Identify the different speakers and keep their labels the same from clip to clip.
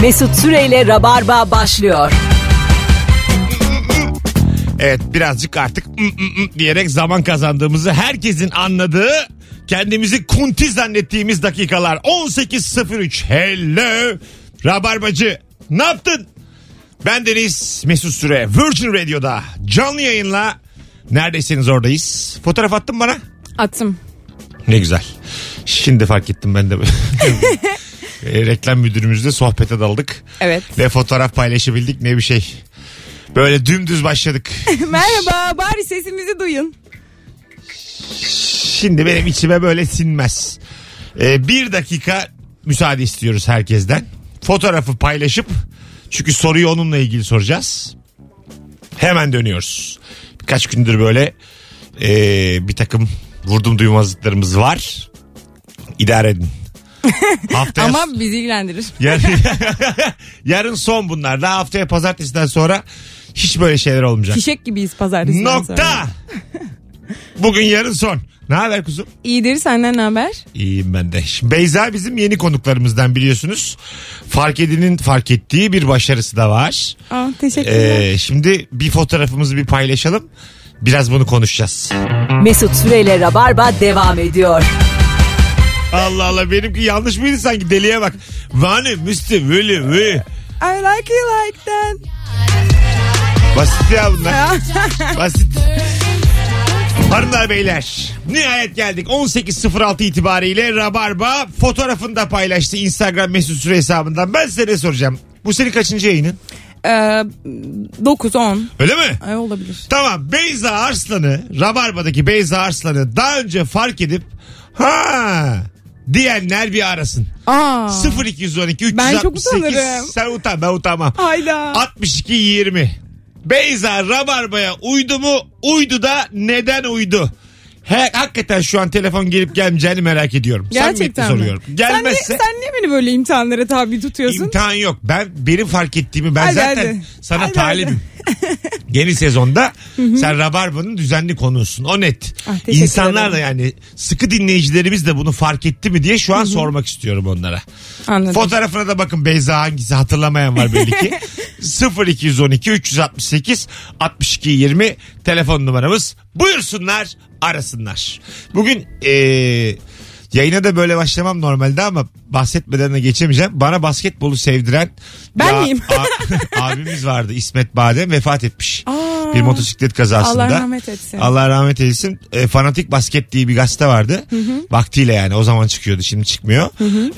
Speaker 1: Mesut Süreyle Rabarba başlıyor.
Speaker 2: Evet birazcık artık "Mm, mm, mm" diyerek zaman kazandığımızı herkesin anladığı kendimizi kunti zannettiğimiz dakikalar 18.03 hello Rabarbacı ne yaptın? Ben Deniz Mesut Süre Virgin Radio'da canlı yayınla neredeyseniz oradayız. Fotoğraf attın bana.
Speaker 3: Attım.
Speaker 2: Ne güzel. Şimdi fark ettim ben de. E, reklam müdürümüzle sohbete daldık.
Speaker 3: Evet.
Speaker 2: Ne fotoğraf paylaşabildik ne bir şey. Böyle dümdüz başladık.
Speaker 3: Merhaba bari sesimizi duyun.
Speaker 2: Şimdi benim içime böyle sinmez. Ee, bir dakika müsaade istiyoruz herkesten. Fotoğrafı paylaşıp çünkü soruyu onunla ilgili soracağız. Hemen dönüyoruz. Birkaç gündür böyle ee, bir takım vurdum duymazlıklarımız var. İdare edin. Haftaya
Speaker 3: Ama bizi ilgilendirir.
Speaker 2: yarın, yarın son bunlar. Daha haftaya pazartesiden sonra hiç böyle şeyler olmayacak.
Speaker 3: Fişek gibiyiz pazartesinden sonra.
Speaker 2: Nokta. Bugün yarın son. Ne haber kuzum?
Speaker 3: İyidir senden ne haber?
Speaker 2: İyiyim ben de. Şimdi Beyza bizim yeni konuklarımızdan biliyorsunuz. Fark edinin fark ettiği bir başarısı da var.
Speaker 3: Aa, teşekkürler.
Speaker 2: Ee, şimdi bir fotoğrafımızı bir paylaşalım. Biraz bunu konuşacağız.
Speaker 1: Mesut Süreyle Rabarba devam ediyor.
Speaker 2: Allah Allah benimki yanlış mıydı sanki deliye bak. Vanı müstü vülü vü.
Speaker 3: I like you like that.
Speaker 2: Basit ya bunlar. Basit. Hanımlar beyler nihayet geldik 18.06 itibariyle Rabarba fotoğrafını da paylaştı Instagram mesut süre hesabından. Ben size ne soracağım? Bu senin kaçıncı yayının?
Speaker 3: Ee, 9 10
Speaker 2: Öyle mi?
Speaker 3: Ay, olabilir.
Speaker 2: Tamam Beyza Arslan'ı Rabarba'daki Beyza Arslan'ı daha önce fark edip ha diyenler bir arasın.
Speaker 3: Aa.
Speaker 2: 0212
Speaker 3: Ben çok
Speaker 2: 368
Speaker 3: utanırım.
Speaker 2: sen utan ben utanmam.
Speaker 3: Hayda.
Speaker 2: 62 20. Beyza Rabarba'ya uydu mu? Uydu da neden uydu? He, hakikaten şu an telefon gelip gelmeyeceğini merak ediyorum. Samimiyetle
Speaker 3: Gerçekten mi?
Speaker 2: soruyorum.
Speaker 3: Sen,
Speaker 2: Gelmezse
Speaker 3: niye- sen niye beni böyle imtihanlara tabi tutuyorsun?
Speaker 2: imtihan yok. Ben benim fark ettiğimi ben
Speaker 3: Hadi,
Speaker 2: zaten
Speaker 3: hadi.
Speaker 2: sana
Speaker 3: Hadi,
Speaker 2: talibim. Yeni sezonda sen Rabarba'nın düzenli konusun. O net.
Speaker 3: Ah, teşekkür
Speaker 2: İnsanlar da yani sıkı dinleyicilerimiz de bunu fark etti mi diye şu an sormak istiyorum onlara.
Speaker 3: Anladım.
Speaker 2: Fotoğrafına da bakın Beyza hangisi hatırlamayan var belli ki. 0212 368 62 20 telefon numaramız. Buyursunlar arasınlar. Bugün eee, yayına da böyle başlamam normalde ama bahsetmeden de geçemeyeceğim. Bana basketbolu sevdiren
Speaker 3: Ben
Speaker 2: bir a-
Speaker 3: miyim?
Speaker 2: a- abimiz vardı İsmet Badem vefat etmiş.
Speaker 3: Aa.
Speaker 2: bir motosiklet kazasında.
Speaker 3: Allah rahmet etsin.
Speaker 2: Allah rahmet eylesin. E, Fanatik Basket diye bir gazete vardı. Vaktiyle yani o zaman çıkıyordu şimdi çıkmıyor.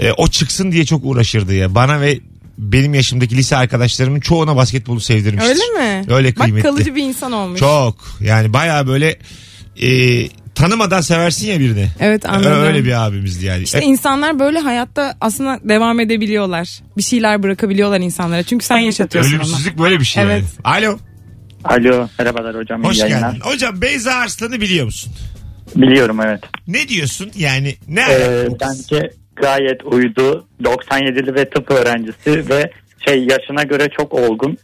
Speaker 2: E, o çıksın diye çok uğraşırdı ya. Bana ve benim yaşımdaki lise arkadaşlarımın çoğuna basketbolu sevdirmiştir.
Speaker 3: Öyle mi?
Speaker 2: Öyle kıymetli.
Speaker 3: Bak kalıcı bir insan olmuş.
Speaker 2: Çok yani baya böyle e, tanımadan seversin ya birini.
Speaker 3: Evet anladım.
Speaker 2: Öyle bir abimizdi yani. E,
Speaker 3: İşte insanlar böyle hayatta aslında devam edebiliyorlar. Bir şeyler bırakabiliyorlar insanlara. Çünkü sen
Speaker 2: E,
Speaker 3: yaşatıyorsun onu.
Speaker 2: Ölümsüzlük böyle bir şey.
Speaker 3: Evet.
Speaker 2: Yani. Alo.
Speaker 4: Alo merhabalar hocam
Speaker 2: Hoş
Speaker 4: iyi yayınlar.
Speaker 2: geldin. Hocam Beyza Arslan'ı biliyor musun?
Speaker 4: Biliyorum evet.
Speaker 2: Ne diyorsun? Yani ne
Speaker 4: Ee,
Speaker 2: alaka bu kız?
Speaker 4: bence gayet uydu. 97'li ve tıp öğrencisi ve şey yaşına göre çok olgun.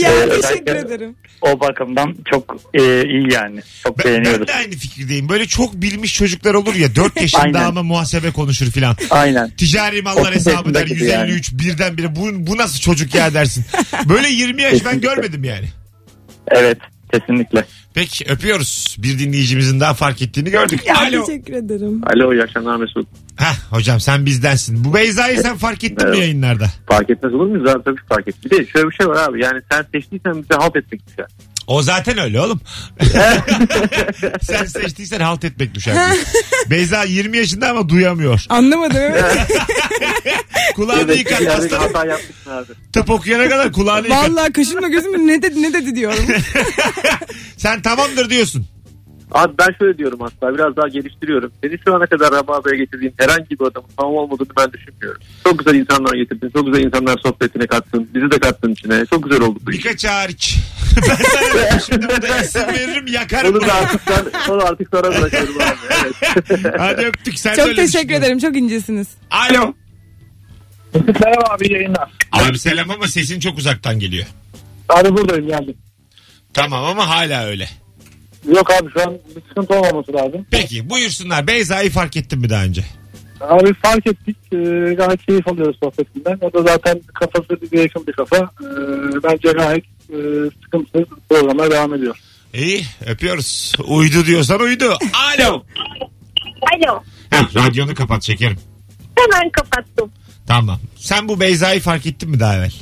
Speaker 3: Ya
Speaker 4: Ee,
Speaker 3: teşekkür
Speaker 4: özellikle-
Speaker 3: ederim.
Speaker 4: O bakımdan çok e, iyi yani. Çok
Speaker 2: Ben, ben
Speaker 4: beğeniyoruz.
Speaker 2: de aynı fikirdeyim. Böyle çok bilmiş çocuklar olur ya 4 yaşında
Speaker 4: Aynen.
Speaker 2: ama muhasebe konuşur filan.
Speaker 4: Aynen.
Speaker 2: Ticari mallar
Speaker 4: Otuz
Speaker 2: hesabı der
Speaker 4: yaşında gibi
Speaker 2: 153 birdenbire bu, bu nasıl çocuk ya dersin. Böyle 20 yaş ben
Speaker 4: Kesinlikle.
Speaker 2: görmedim yani.
Speaker 4: Evet kesinlikle.
Speaker 2: Peki öpüyoruz. Bir dinleyicimizin daha fark ettiğini gördük.
Speaker 3: Ya
Speaker 2: Alo.
Speaker 3: teşekkür ederim.
Speaker 5: Alo iyi akşamlar Mesut.
Speaker 2: Hah hocam sen bizdensin. Bu Beyza'yı sen fark ettin mi
Speaker 5: Merhaba.
Speaker 2: yayınlarda?
Speaker 5: Fark etmez olur muyuz abi? Tabii ki fark et. Bir de şöyle bir şey var abi. Yani sen seçtiysen bize halt etmek güzel.
Speaker 2: O zaten öyle oğlum. sen seçtiysen halt etmek düşer. Beyza 20 yaşında ama duyamıyor.
Speaker 3: Anlamadım evet.
Speaker 2: Kulağını
Speaker 5: Evet, yani
Speaker 2: yıkatmasın.
Speaker 5: hata yapmışsın abi.
Speaker 2: Tıp okuyana kadar kulağını yıkat.
Speaker 3: Vallahi kaşımla gözümle ne dedi ne dedi diyorum.
Speaker 2: Sen tamamdır diyorsun.
Speaker 5: Abi ben şöyle diyorum hatta biraz daha geliştiriyorum. Seni şu ana kadar Rabarba'ya getirdiğin herhangi bir adamın tamam olmadığını ben düşünmüyorum. Çok güzel insanlar getirdin. Çok güzel insanlar sohbetine kattın. Bizi de kattın içine. Çok güzel oldu bu iş.
Speaker 2: Birkaç hariç. ben sana dedim şimdi burada isim veririm yakarım.
Speaker 5: Onu da artık, ben, onu artık sana bırakıyorum abi. Evet.
Speaker 2: Hadi öptük sen de
Speaker 3: Çok
Speaker 2: öyle
Speaker 3: teşekkür
Speaker 2: düşünüyorsun.
Speaker 3: ederim. Çok incesiniz.
Speaker 2: Alo.
Speaker 4: Merhaba abi yayınlar.
Speaker 2: Abi selam ama sesin çok uzaktan geliyor.
Speaker 4: Abi buradayım geldim.
Speaker 2: Tamam ama hala öyle.
Speaker 4: Yok abi şu an bir sıkıntı olmaması lazım.
Speaker 2: Peki buyursunlar. Beyza'yı fark ettin mi daha önce?
Speaker 5: Abi fark ettik. Ee, gayet keyif alıyoruz sohbetinden. O da zaten kafası bize yakın bir kafa. Ee, bence gayet e, sıkıntısız programa devam ediyor.
Speaker 2: İyi öpüyoruz. Uydu diyorsan uydu. Alo.
Speaker 6: Alo.
Speaker 2: Heh, radyonu kapat şekerim.
Speaker 6: Hemen kapattım.
Speaker 2: Tamam. Sen bu Beyza'yı fark ettin mi daha evvel?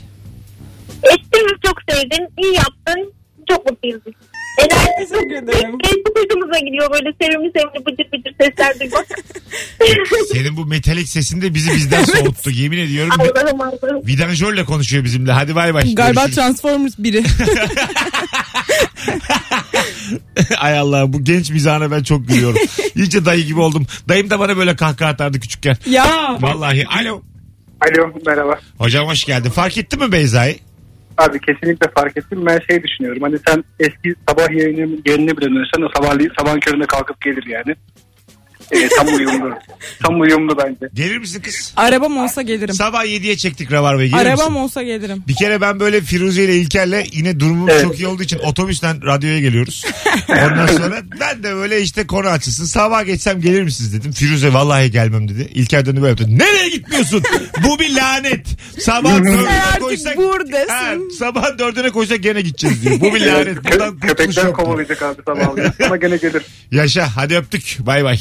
Speaker 6: Ettim çok sevdim. İyi yaptın. Çok mutluyuz. biz. Enerjisi
Speaker 3: Teşekkür ederim.
Speaker 6: Kendi kuyduğumuza gidiyor böyle sevimli sevimli bıcır bıcır sesler duymak.
Speaker 2: Senin bu metalik sesin de bizi bizden soğuttu. Yemin ediyorum.
Speaker 6: Allah'ım Allah'ım.
Speaker 2: Vidanjörle konuşuyor bizimle. Hadi bay bay.
Speaker 3: Galiba
Speaker 2: Görüşürüz.
Speaker 3: Transformers biri.
Speaker 2: Ay Allah bu genç mizahına ben çok gülüyorum. İyice dayı gibi oldum. Dayım da bana böyle kahkaha atardı küçükken.
Speaker 3: ya.
Speaker 2: Vallahi. Alo.
Speaker 7: Alo merhaba.
Speaker 2: Hocam hoş geldin. Fark ettin mi Beyza'yı?
Speaker 7: Abi kesinlikle fark ettim. Ben şey düşünüyorum. Hani sen eski sabah yayını, yayınına bile dönsen o sabahleyin sabahın köründe kalkıp gelir yani. Ee, tam uyumlu. tam uyumlu bence.
Speaker 2: Gelir misin kız?
Speaker 3: Arabam olsa gelirim.
Speaker 2: Sabah 7'ye çektik Rabarba'yı. Gelir misin?
Speaker 3: Arabam olsa gelirim.
Speaker 2: Bir kere ben böyle Firuze ile İlker'le yine durumum
Speaker 7: Evet.
Speaker 2: çok iyi olduğu için otobüsten radyoya geliyoruz. Ondan sonra ben de böyle işte konu açılsın. Sabah geçsem gelir misiniz dedim. Firuze vallahi gelmem dedi. İlker döndü böyle yaptı. Nereye gitmiyorsun? Bu bir lanet. Sabah dördüne
Speaker 3: artık
Speaker 2: koysak.
Speaker 3: buradasın.
Speaker 2: Ha, sabah dördüne koysak gene gideceğiz diyor. Bu bir lanet. Buradan
Speaker 7: Kö-
Speaker 2: kurtuluş
Speaker 7: köpekler
Speaker 2: yok. diyor.
Speaker 7: kovalayacak abi sabahleyin. Ama gene gelir.
Speaker 2: Yaşa hadi öptük. Bay bay.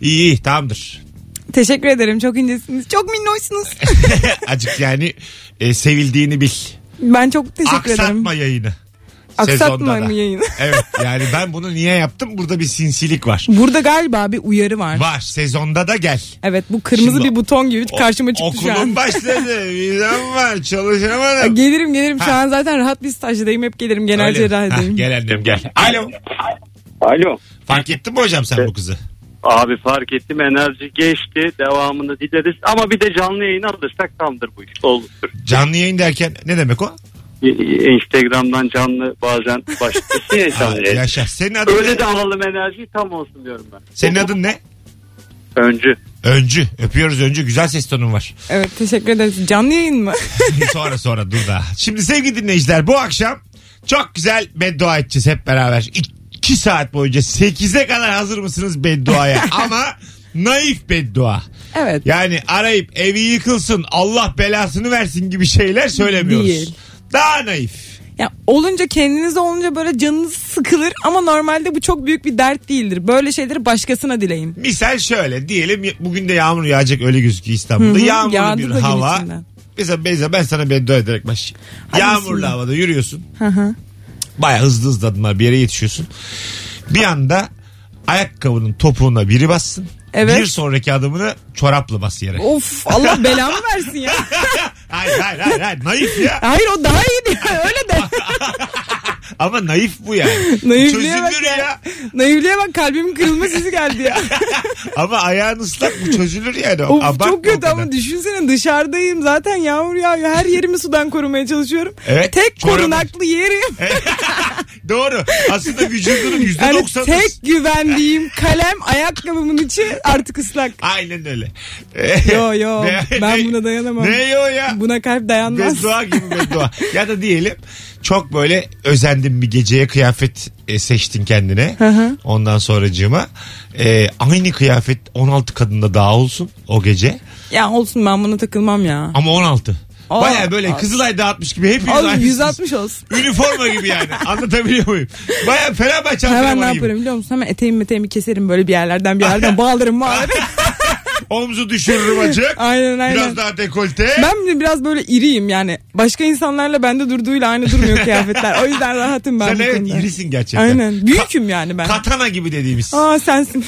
Speaker 2: İyi iyi tamamdır.
Speaker 3: Teşekkür ederim. Çok incesiniz. Çok minnoşsunuz.
Speaker 2: Acık yani e, sevildiğini bil.
Speaker 3: ben çok teşekkür ederim.
Speaker 2: Aksatma yayını.
Speaker 3: Aksatma
Speaker 2: Sezonda da.
Speaker 3: mı yayını?
Speaker 2: Evet yani ben bunu niye yaptım? Burada bir sinsilik var.
Speaker 3: Burada galiba bir uyarı var.
Speaker 2: Var. Sezonda da gel.
Speaker 3: Evet bu kırmızı
Speaker 2: Şimdi
Speaker 3: bir buton gibi karşıma çıktı şu
Speaker 2: Okulun
Speaker 3: an.
Speaker 2: başladı. Vizem var.
Speaker 3: Ya
Speaker 2: Çalışamadım.
Speaker 3: Gelirim gelirim. Şu
Speaker 2: Ha.
Speaker 3: an zaten rahat bir stajdayım. Hep gelirim. Genel
Speaker 2: Öyle mi? Hah,
Speaker 3: cerrahideyim.
Speaker 2: Gel annem gel. Alo.
Speaker 8: Alo.
Speaker 2: Fark ettin mi hocam sen bu kızı?
Speaker 8: Abi fark ettim enerji geçti. Devamını dileriz. Ama bir de canlı yayın alırsak tamdır bu iş. Olur.
Speaker 2: Canlı yayın derken ne demek o?
Speaker 8: Instagram'dan canlı bazen başlasın ya
Speaker 2: Ha,
Speaker 8: canlı yayın.
Speaker 2: yaşa. Senin adın
Speaker 8: Öyle
Speaker 2: ne?
Speaker 8: de alalım enerjiyi tam olsun diyorum ben.
Speaker 2: Senin adın ne?
Speaker 8: Öncü.
Speaker 2: Öncü. Öpüyoruz Öncü. Güzel ses tonun var.
Speaker 3: Evet teşekkür ederiz. Canlı yayın mı?
Speaker 2: sonra sonra dur da. Şimdi sevgili dinleyiciler bu akşam çok güzel beddua edeceğiz hep beraber. 2 saat boyunca 8'e kadar hazır mısınız bedduaya? Ama naif beddua.
Speaker 3: Evet.
Speaker 2: Yani arayıp evi yıkılsın Allah belasını versin gibi şeyler söylemiyoruz.
Speaker 3: Değil.
Speaker 2: Daha naif.
Speaker 3: Ya olunca kendiniz olunca böyle canınız sıkılır ama normalde bu çok büyük bir dert değildir. Böyle şeyleri başkasına dileyin.
Speaker 2: Misal şöyle diyelim bugün de yağmur yağacak öyle gözüküyor İstanbul'da.
Speaker 3: Hı hı,
Speaker 2: Yağmurlu
Speaker 3: yağdı
Speaker 2: bir
Speaker 3: da gün
Speaker 2: hava.
Speaker 3: içinde.
Speaker 2: Mesela Beyza ben sana beddua ederek başlayayım.
Speaker 3: Hadi
Speaker 2: Yağmurlu
Speaker 3: bismillah.
Speaker 2: havada yürüyorsun.
Speaker 3: Hı hı.
Speaker 2: Baya hızlı hızlı adımlar bir yere yetişiyorsun. Bir anda ayakkabının topuğuna biri bassın.
Speaker 3: Evet.
Speaker 2: Bir sonraki adımını çorapla bas yere.
Speaker 3: Of Allah belamı versin ya.
Speaker 2: hayır hayır hayır, hayır. naif ya.
Speaker 3: Hayır o daha iyiydi. Öyle de.
Speaker 2: Ama naif bu yani.
Speaker 3: Naifliğe bak
Speaker 2: Çözülür
Speaker 3: ya.
Speaker 2: ya.
Speaker 3: Naifliğe bak kalbimin kırılma sesi geldi ya.
Speaker 2: Ama ayağın ıslak bu çözülür yani.
Speaker 3: of,
Speaker 2: Abartma o
Speaker 3: çok kötü
Speaker 2: kadar.
Speaker 3: ama düşünsene dışarıdayım zaten yağmur yağıyor. Her yerimi sudan korumaya çalışıyorum.
Speaker 2: Evet,
Speaker 3: Tek
Speaker 2: çorabı-
Speaker 3: korunaklı yerim.
Speaker 2: E, Doğru. Aslında vücudunun yüzde
Speaker 3: Yani
Speaker 2: doksanı-
Speaker 3: tek güvendiğim kalem ayakkabımın içi artık ıslak.
Speaker 2: Aynen öyle.
Speaker 3: Yo, yo.
Speaker 2: Ne-
Speaker 3: Ben
Speaker 2: ne-
Speaker 3: buna dayanamam.
Speaker 2: Ne yo ya?
Speaker 3: Buna kalp dayanmaz.
Speaker 2: Beddua gibi beddua. ya da diyelim çok böyle özendim bir geceye kıyafet e, seçtin kendine.
Speaker 3: hı.
Speaker 2: Ondan sonracığıma e, aynı kıyafet 16 kadında daha olsun o gece.
Speaker 3: Ya olsun ben buna takılmam ya.
Speaker 2: Ama 16.
Speaker 3: Aa,
Speaker 2: Baya böyle Kızılay dağıtmış gibi hepiniz
Speaker 3: Oğlum
Speaker 2: aynısınız.
Speaker 3: 160 olsun.
Speaker 2: Üniforma gibi yani. Anlatabiliyor muyum? Baya Fenerbahçe
Speaker 3: Hemen ne
Speaker 2: antrenmanı gibi.
Speaker 3: yaparım biliyor musun? Hemen eteğimi meteğimi keserim böyle bir yerlerden bir yerden bağlarım bağlarım.
Speaker 2: Omzu düşürürüm açık.
Speaker 3: Aynen, aynen.
Speaker 2: Biraz daha dekolte.
Speaker 3: ben de biraz böyle iriyim yani. Başka insanlarla bende durduğuyla aynı durmuyor kıyafetler. O yüzden rahatım ben
Speaker 2: Sen
Speaker 3: bu
Speaker 2: evet
Speaker 3: konuda.
Speaker 2: irisin gerçekten.
Speaker 3: Aynen. Büyüküm yani ben.
Speaker 2: Katana gibi dediğimiz.
Speaker 3: Aa sensin.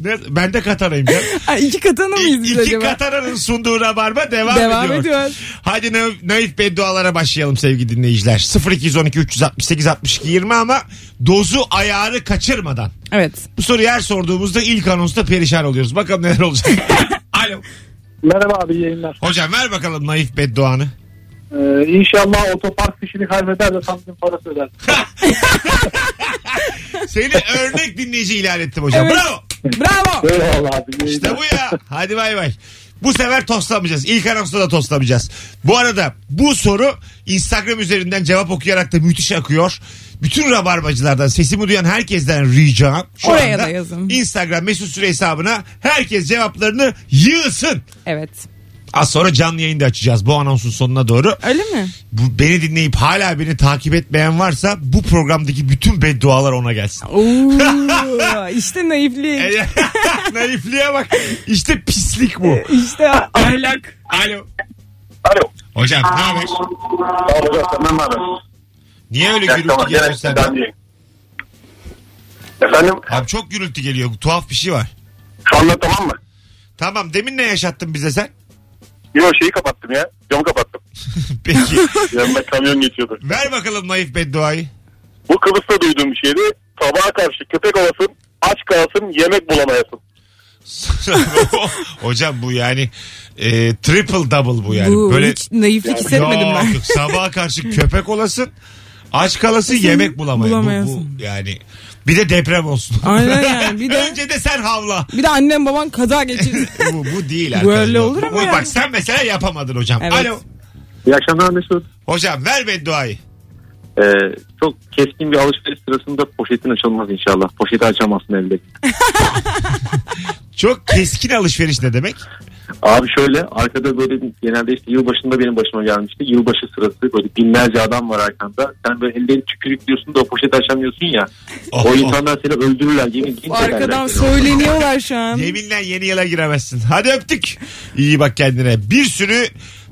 Speaker 2: Ne- Ben de katanayım ya.
Speaker 3: Ay, iki katana mıyız biz
Speaker 2: İ- İki
Speaker 3: acaba?
Speaker 2: katananın sunduğu rabarba devam,
Speaker 3: Devam
Speaker 2: ediyor.
Speaker 3: ediyor.
Speaker 2: Hadi na- naif beddualara başlayalım sevgili dinleyiciler. 0212 368 62 20 ama dozu ayarı kaçırmadan.
Speaker 3: Evet.
Speaker 2: Bu soruyu her sorduğumuzda ilk anonsta perişan oluyoruz. Bakalım neler olacak. Alo.
Speaker 5: Merhaba abi yayınlar.
Speaker 2: Hocam ver bakalım naif bedduanı.
Speaker 5: Ee, inşallah otopark fişini kaybeder de tam gün parası öder.
Speaker 2: Seni örnek dinleyici ilan ettim hocam.
Speaker 3: Evet.
Speaker 2: Bravo.
Speaker 3: Bravo.
Speaker 5: Eyvallah abi. yayınlar.
Speaker 2: İşte bu ya. Hadi bay bay. Bu sefer toslamayacağız. İlk anonsta da toslamayacağız. Bu arada bu soru Instagram üzerinden cevap okuyarak da müthiş akıyor. Bütün rabarbacılardan sesimi duyan herkesten ricam. Şu
Speaker 3: Oraya
Speaker 2: anda
Speaker 3: da yazın.
Speaker 2: Instagram mesut süre hesabına herkes cevaplarını yığsın.
Speaker 3: Evet.
Speaker 2: Az sonra canlı yayında açacağız bu anonsun sonuna doğru.
Speaker 3: Öyle mi?
Speaker 2: Bu, beni dinleyip hala beni takip etmeyen varsa bu programdaki bütün beddualar ona gelsin.
Speaker 3: Oo, işte naiflik.
Speaker 2: Naifliğe bak. İşte pislik bu.
Speaker 3: İşte
Speaker 2: Ahlak. Alo.
Speaker 5: Alo.
Speaker 2: Hocam ne haber?
Speaker 5: Sağ olun. Tamam abi.
Speaker 2: Niye öyle
Speaker 5: Ya,
Speaker 2: gürültü
Speaker 5: tamam,
Speaker 2: geliyor
Speaker 5: gene
Speaker 2: senden?
Speaker 5: sizden değil. Efendim
Speaker 2: Abi çok gürültü geliyor. Tuhaf bir şey var.
Speaker 5: şu anda tamam mı?
Speaker 2: Tamam demin ne yaşattın bize sen?
Speaker 5: Yo şeyi kapattım ya. Camı kapattım.
Speaker 2: Peki.
Speaker 5: Yanımda kamyon geçiyordu.
Speaker 2: Ver bakalım naif bedduayı.
Speaker 5: Bu Kıbrıs'ta duyduğum bir şeydi. Sabaha karşı köpek olasın, aç kalsın, yemek bulamayasın.
Speaker 2: Hocam bu yani e, triple double bu yani.
Speaker 3: bu
Speaker 2: Böyle
Speaker 3: hiç naiflik hissetmedim
Speaker 2: Yok,
Speaker 3: ben.
Speaker 2: yok. sabaha karşı köpek olasın. Aç kalasın
Speaker 3: Kesin
Speaker 2: yemek bulamay- bu- Bu,
Speaker 3: bulamayasın.
Speaker 2: yani bir de deprem olsun.
Speaker 3: Aynen yani, bir de-
Speaker 2: Önce de sen havla.
Speaker 3: Bir de annem baban kaza geçirdi.
Speaker 2: bu, bu değil
Speaker 3: Bu
Speaker 2: arkadaşlar.
Speaker 3: öyle olur
Speaker 2: Bu-
Speaker 3: ama
Speaker 2: bu-
Speaker 3: yani.
Speaker 2: Bak sen mesela yapamadın hocam.
Speaker 3: Evet.
Speaker 2: Alo.
Speaker 5: İyi akşamlar Mesut.
Speaker 2: Hocam ver bedduayı.
Speaker 5: Ee, çok keskin bir alışveriş sırasında poşetin açılmaz inşallah. Poşeti açamazsın elde.
Speaker 2: Çok keskin alışveriş ne demek?
Speaker 5: Abi şöyle arkada böyle bir- genelde işte yılbaşında benim başıma gelmişti. Yılbaşı sırası böyle binlerce adam var arkanda. Sen böyle ellerini tükürüklüyorsun da o poşeti açamıyorsun ya.
Speaker 2: Oh,
Speaker 5: o
Speaker 2: oh.
Speaker 5: insanlar seni öldürürler. Yemin yemin ederler
Speaker 3: Arkadan
Speaker 5: seni.
Speaker 3: söyleniyorlar şu an.
Speaker 2: Yeminle yeni yıla giremezsin. Hadi öptük. İyi bak kendine. Bir sürü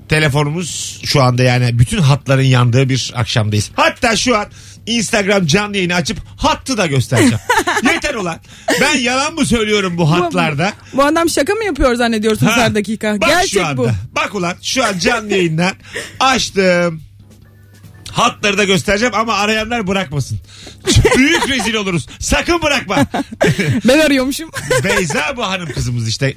Speaker 2: telefonumuz şu anda yani bütün hatların yandığı bir akşamdayız. Hatta şu an Instagram canlı yayını açıp hattı da göstereceğim. Yeter ulan. Ben yalan mı söylüyorum bu hatlarda?
Speaker 3: Bu adam şaka mı yapıyor zannediyorsunuz her dakika?
Speaker 2: Bak
Speaker 3: Gerçek
Speaker 2: şu anda.
Speaker 3: bu.
Speaker 2: Bak ulan şu an canlı yayından açtım. Hatları da göstereceğim ama arayanlar bırakmasın. Büyük rezil oluruz. Sakın bırakma.
Speaker 3: Ben arıyormuşum.
Speaker 2: Beyza bu hanım kızımız işte.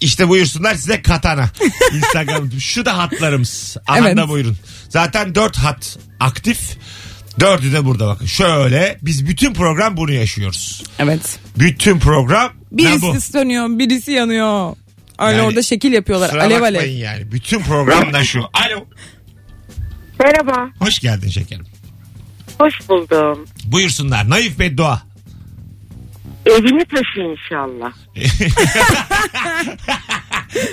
Speaker 2: İşte buyursunlar size katana. Instagram şu da hatlarımız. Anında
Speaker 3: Evet.
Speaker 2: buyurun. Zaten dört hat aktif. Dördü de burada bakın. Şöyle biz bütün program bunu yaşıyoruz.
Speaker 3: evet.
Speaker 2: Bütün program ne bu?
Speaker 3: Birisi sönüyor, birisi yanıyor. Öyle
Speaker 2: Yani
Speaker 3: orada şekil yapıyorlar.
Speaker 2: Kusura
Speaker 3: alev
Speaker 2: bakmayın
Speaker 3: alev.
Speaker 2: yani. Bütün program da şu. Alo.
Speaker 9: Merhaba,
Speaker 2: Hoş geldin şekerim.
Speaker 9: hoş buldum.
Speaker 2: Buyursunlar. Naif beddua.
Speaker 9: Evini taşı inşallah.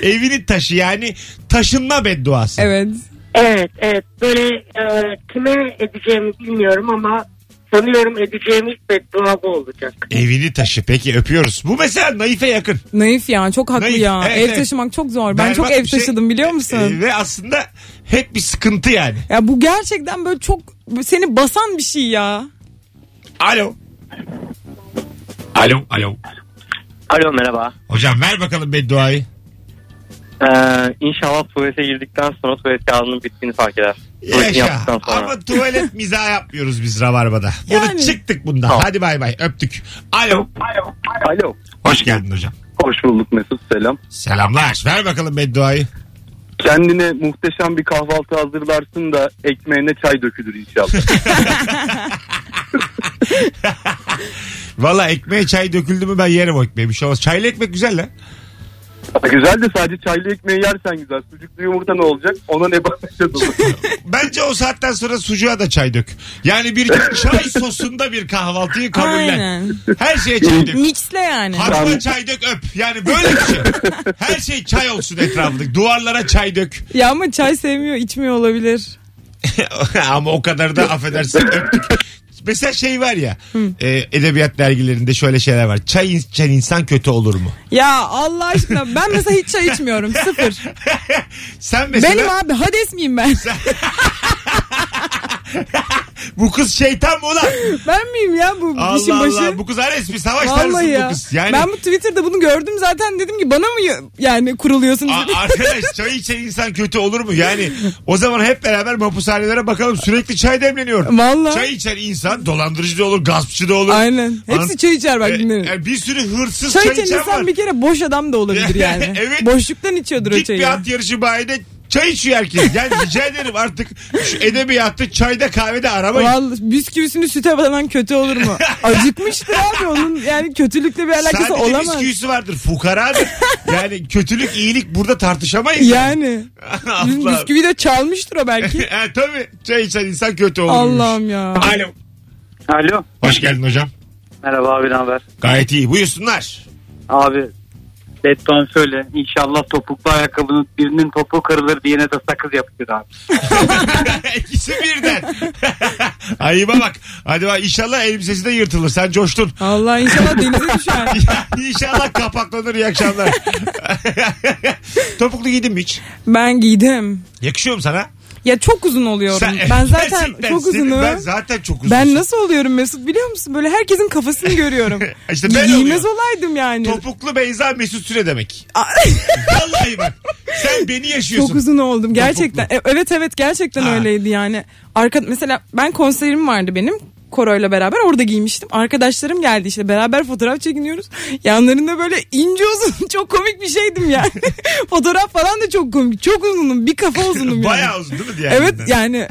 Speaker 2: Evini taşı yani taşınma bedduası.
Speaker 3: Evet.
Speaker 9: Evet, evet. Böyle e, kime edeceğimi bilmiyorum ama sanıyorum edeceğim ilk beddua bu olacak.
Speaker 2: Evini taşı. Peki öpüyoruz. Bu mesela naife yakın.
Speaker 3: Naif ya çok haklı
Speaker 2: Naif,
Speaker 3: ya.
Speaker 2: evet,
Speaker 3: ev
Speaker 2: evet.
Speaker 3: taşımak çok zor. Ben
Speaker 2: Berbat
Speaker 3: çok ev
Speaker 2: bir şey.
Speaker 3: taşıdım biliyor musun?
Speaker 2: Ee, ve aslında hep bir sıkıntı yani.
Speaker 3: Ya bu gerçekten böyle çok seni basan bir şey ya.
Speaker 2: Alo. Alo, alo.
Speaker 4: Alo merhaba.
Speaker 2: Hocam ver bakalım bedduayı.
Speaker 4: Ee, inşallah tuvalete girdikten sonra tuvalet kağıdının bittiğini fark eder. Tuvaletini
Speaker 2: Yaşa.
Speaker 4: yaptıktan sonra.
Speaker 2: Ama tuvalet mizah yapmıyoruz biz Rabarba'da. Bunu
Speaker 3: Yani.
Speaker 2: çıktık bundan.
Speaker 4: Tamam.
Speaker 2: Hadi bay bay. Öptük. Alo.
Speaker 5: Alo.
Speaker 2: Hoş geldin hocam.
Speaker 5: Hoş bulduk Mesut. Selam.
Speaker 2: Selamlar. Ver bakalım bedduayı.
Speaker 5: Kendine muhteşem bir kahvaltı hazırlarsın da ekmeğine çay dökülür inşallah.
Speaker 2: Valla ekmeğe çay döküldü mü ben yerim o ekmeği. Bir şey olmaz. Çaylı ekmek güzel lan.
Speaker 5: güzel de sadece çaylı ekmeği yersen güzel. Sucuklu yumurta ne olacak? Ona ne bakacağız o zaman?
Speaker 2: Bence o saatten sonra sucuğa da çay dök. Yani bir çay sosunda bir kahvaltıyı kabullen.
Speaker 3: Aynen.
Speaker 2: Her şeye çay dök.
Speaker 3: Mixle yani.
Speaker 2: Harfa çay dök öp. Yani böyle bir şey. Her şey çay olsun etrafındaki. Duvarlara çay dök.
Speaker 3: Ya ama çay sevmiyor, içmiyor olabilir.
Speaker 2: Ama o kadar da affedersin öptük. Mesela şey var ya e, edebiyat dergilerinde şöyle şeyler var. Çay içen insan kötü olur mu?
Speaker 3: Ya Allah aşkına ben mesela hiç çay içmiyorum. Sıfır.
Speaker 2: Sen mesela
Speaker 3: Benim abi Hades miyim ben?
Speaker 2: bu kız şeytan mı ulan?
Speaker 3: Ben miyim ya bu işin
Speaker 2: Allah
Speaker 3: başı?
Speaker 2: Allah bu kız Ares bir savaş tanrısı
Speaker 3: Vallahi
Speaker 2: bu
Speaker 3: ya.
Speaker 2: kız. Yani
Speaker 3: Ben bu Twitter'da bunu gördüm zaten dedim ki bana mı y- yani kuruluyorsunuz?
Speaker 2: A- arkadaş çay içen insan kötü olur mu? Yani o zaman hep beraber mapushanelere bakalım sürekli çay demleniyor.
Speaker 3: Vallahi.
Speaker 2: Çay içen insan dolandırıcı da olur, gaspçı da olur.
Speaker 3: Aynen. Hepsi
Speaker 2: An-
Speaker 3: çay içer bak
Speaker 2: E,
Speaker 3: dinlerim.
Speaker 2: e, bir sürü hırsız çay,
Speaker 3: Çay içen
Speaker 2: içen var.
Speaker 3: insan bir kere boş adam da olabilir yani.
Speaker 2: Evet.
Speaker 3: Boşluktan içiyordur o
Speaker 2: Git bir
Speaker 3: çayı.
Speaker 2: at yarışı bayide çay içiyor herkes. Yani rica ederim artık şu edebiyatı çayda kahvede aramayın.
Speaker 3: Vallahi bisküvisini süte batan kötü olur mu? Acıkmıştır abi onun yani kötülükle bir alakası
Speaker 2: Sadece
Speaker 3: olamaz.
Speaker 2: bisküvisi vardır. Fukaradır. Yani kötülük, iyilik burada tartışamayız.
Speaker 3: Yani.
Speaker 2: Allah.
Speaker 3: Bisküvi de çalmıştır o belki.
Speaker 2: e, tabii. Çay içen insan kötü olurmuş.
Speaker 3: Allah'ım ya.
Speaker 2: Alo.
Speaker 5: Alo.
Speaker 2: Hoş geldin hocam.
Speaker 5: Merhaba abi ne haber?
Speaker 2: Gayet iyi. Buyursunlar.
Speaker 5: Abi Beton şöyle inşallah topuklu ayakkabının birinin topuğu kırılır diğerine de sakız yapışır abi.
Speaker 2: İkisi birden. Ayıba bak. Hadi bak inşallah elbisesi de yırtılır. Sen coştun.
Speaker 3: Allah inşallah denize düşer.
Speaker 2: inşallah kapaklanır iyi akşamlar. Topuklu giydin mi hiç?
Speaker 3: Ben giydim.
Speaker 2: Yakışıyor mu sana?
Speaker 3: Ya çok uzun oluyorum. ben zaten
Speaker 2: Gerçekten
Speaker 3: çok
Speaker 2: seni-
Speaker 3: uzunum.
Speaker 2: Ben
Speaker 3: Ben,
Speaker 2: zaten çok uzun.
Speaker 3: nasıl oluyorum Mesut biliyor musun? Böyle herkesin kafasını görüyorum.
Speaker 2: İşte ben
Speaker 3: Giymez
Speaker 2: oluyorum.
Speaker 3: olaydım yani.
Speaker 2: Topuklu Beyza Mesut Süre demek.
Speaker 3: Aa,
Speaker 2: Vallahi bak. Sen beni yaşıyorsun.
Speaker 3: çok uzun oldum gerçekten. E, Evet evet gerçekten
Speaker 2: Ha.
Speaker 3: öyleydi yani. Arka, mesela ben konserim vardı benim. Koro'yla beraber orada giymiştim. Arkadaşlarım geldi işte beraber fotoğraf çekiniyoruz. Yanlarında böyle ince uzun çok komik bir şeydim yani. fotoğraf falan da çok komik. Çok uzunum bir kafa uzunum yani.
Speaker 2: Bayağı uzun değil mi diğer
Speaker 3: Evet
Speaker 2: birinden?
Speaker 3: yani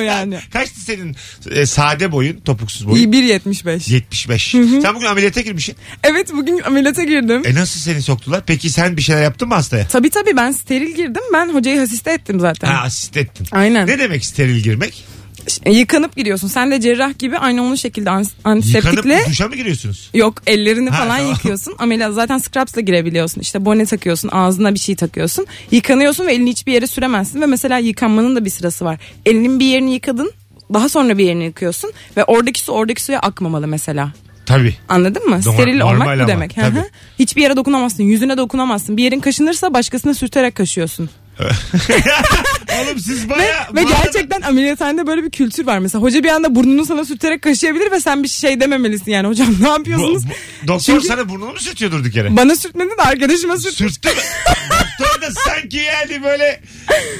Speaker 3: yani.
Speaker 2: Kaçtı senin e, sade boyun, topuksuz boyun?
Speaker 3: İyi 1.75.
Speaker 2: 75. Sen bugün ameliyata girmişsin.
Speaker 3: Evet bugün ameliyata girdim.
Speaker 2: E nasıl seni soktular? Peki sen bir şeyler yaptın mı hastaya?
Speaker 3: Tabii tabii ben steril girdim. Ben hocayı hasiste ettim zaten.
Speaker 2: Ha asist ettin.
Speaker 3: Aynen.
Speaker 2: Ne demek steril girmek?
Speaker 3: Ş- Yıkanıp giriyorsun. Sen de cerrah gibi aynı onun şekilde ans-
Speaker 2: Yıkanıp
Speaker 3: antiseptikle
Speaker 2: duşa mı giriyorsunuz?
Speaker 3: Yok ellerini
Speaker 2: Ha,
Speaker 3: falan
Speaker 2: tamam.
Speaker 3: yıkıyorsun. Ameliyat zaten scrapsla girebiliyorsun. İşte bone takıyorsun, ağzına bir şey takıyorsun. Yıkanıyorsun ve elini hiçbir yere süremezsin ve mesela yıkanmanın da bir sırası var. Elinin bir yerini yıkadın, daha sonra bir yerini yıkıyorsun ve oradaki su oradaki suya akmamalı mesela.
Speaker 2: Tabii.
Speaker 3: Anladın mı?
Speaker 2: Doğru,
Speaker 3: Steril
Speaker 2: normal
Speaker 3: olmak
Speaker 2: ama,
Speaker 3: bu demek. Hı hı.
Speaker 2: tabii.
Speaker 3: Hiçbir yere dokunamazsın, yüzüne dokunamazsın. Bir yerin kaşınırsa başkasına sürterek kaşıyorsun.
Speaker 2: Oğlum siz baya...
Speaker 3: Ve
Speaker 2: bu arada-
Speaker 3: gerçekten ameliyathanede böyle bir kültür var. Mesela hoca bir anda burnunu sana sürterek kaşıyabilir ve sen bir şey dememelisin yani. Hocam ne
Speaker 2: Bu-
Speaker 3: yapıyorsunuz?
Speaker 2: bu- doktor
Speaker 3: Çünkü-
Speaker 2: sana burnunu mu sürtüyor durduk yere?
Speaker 3: Bana sürtmedi de arkadaşıma sürttü.
Speaker 2: Sürttü mü? doktor da sanki yani böyle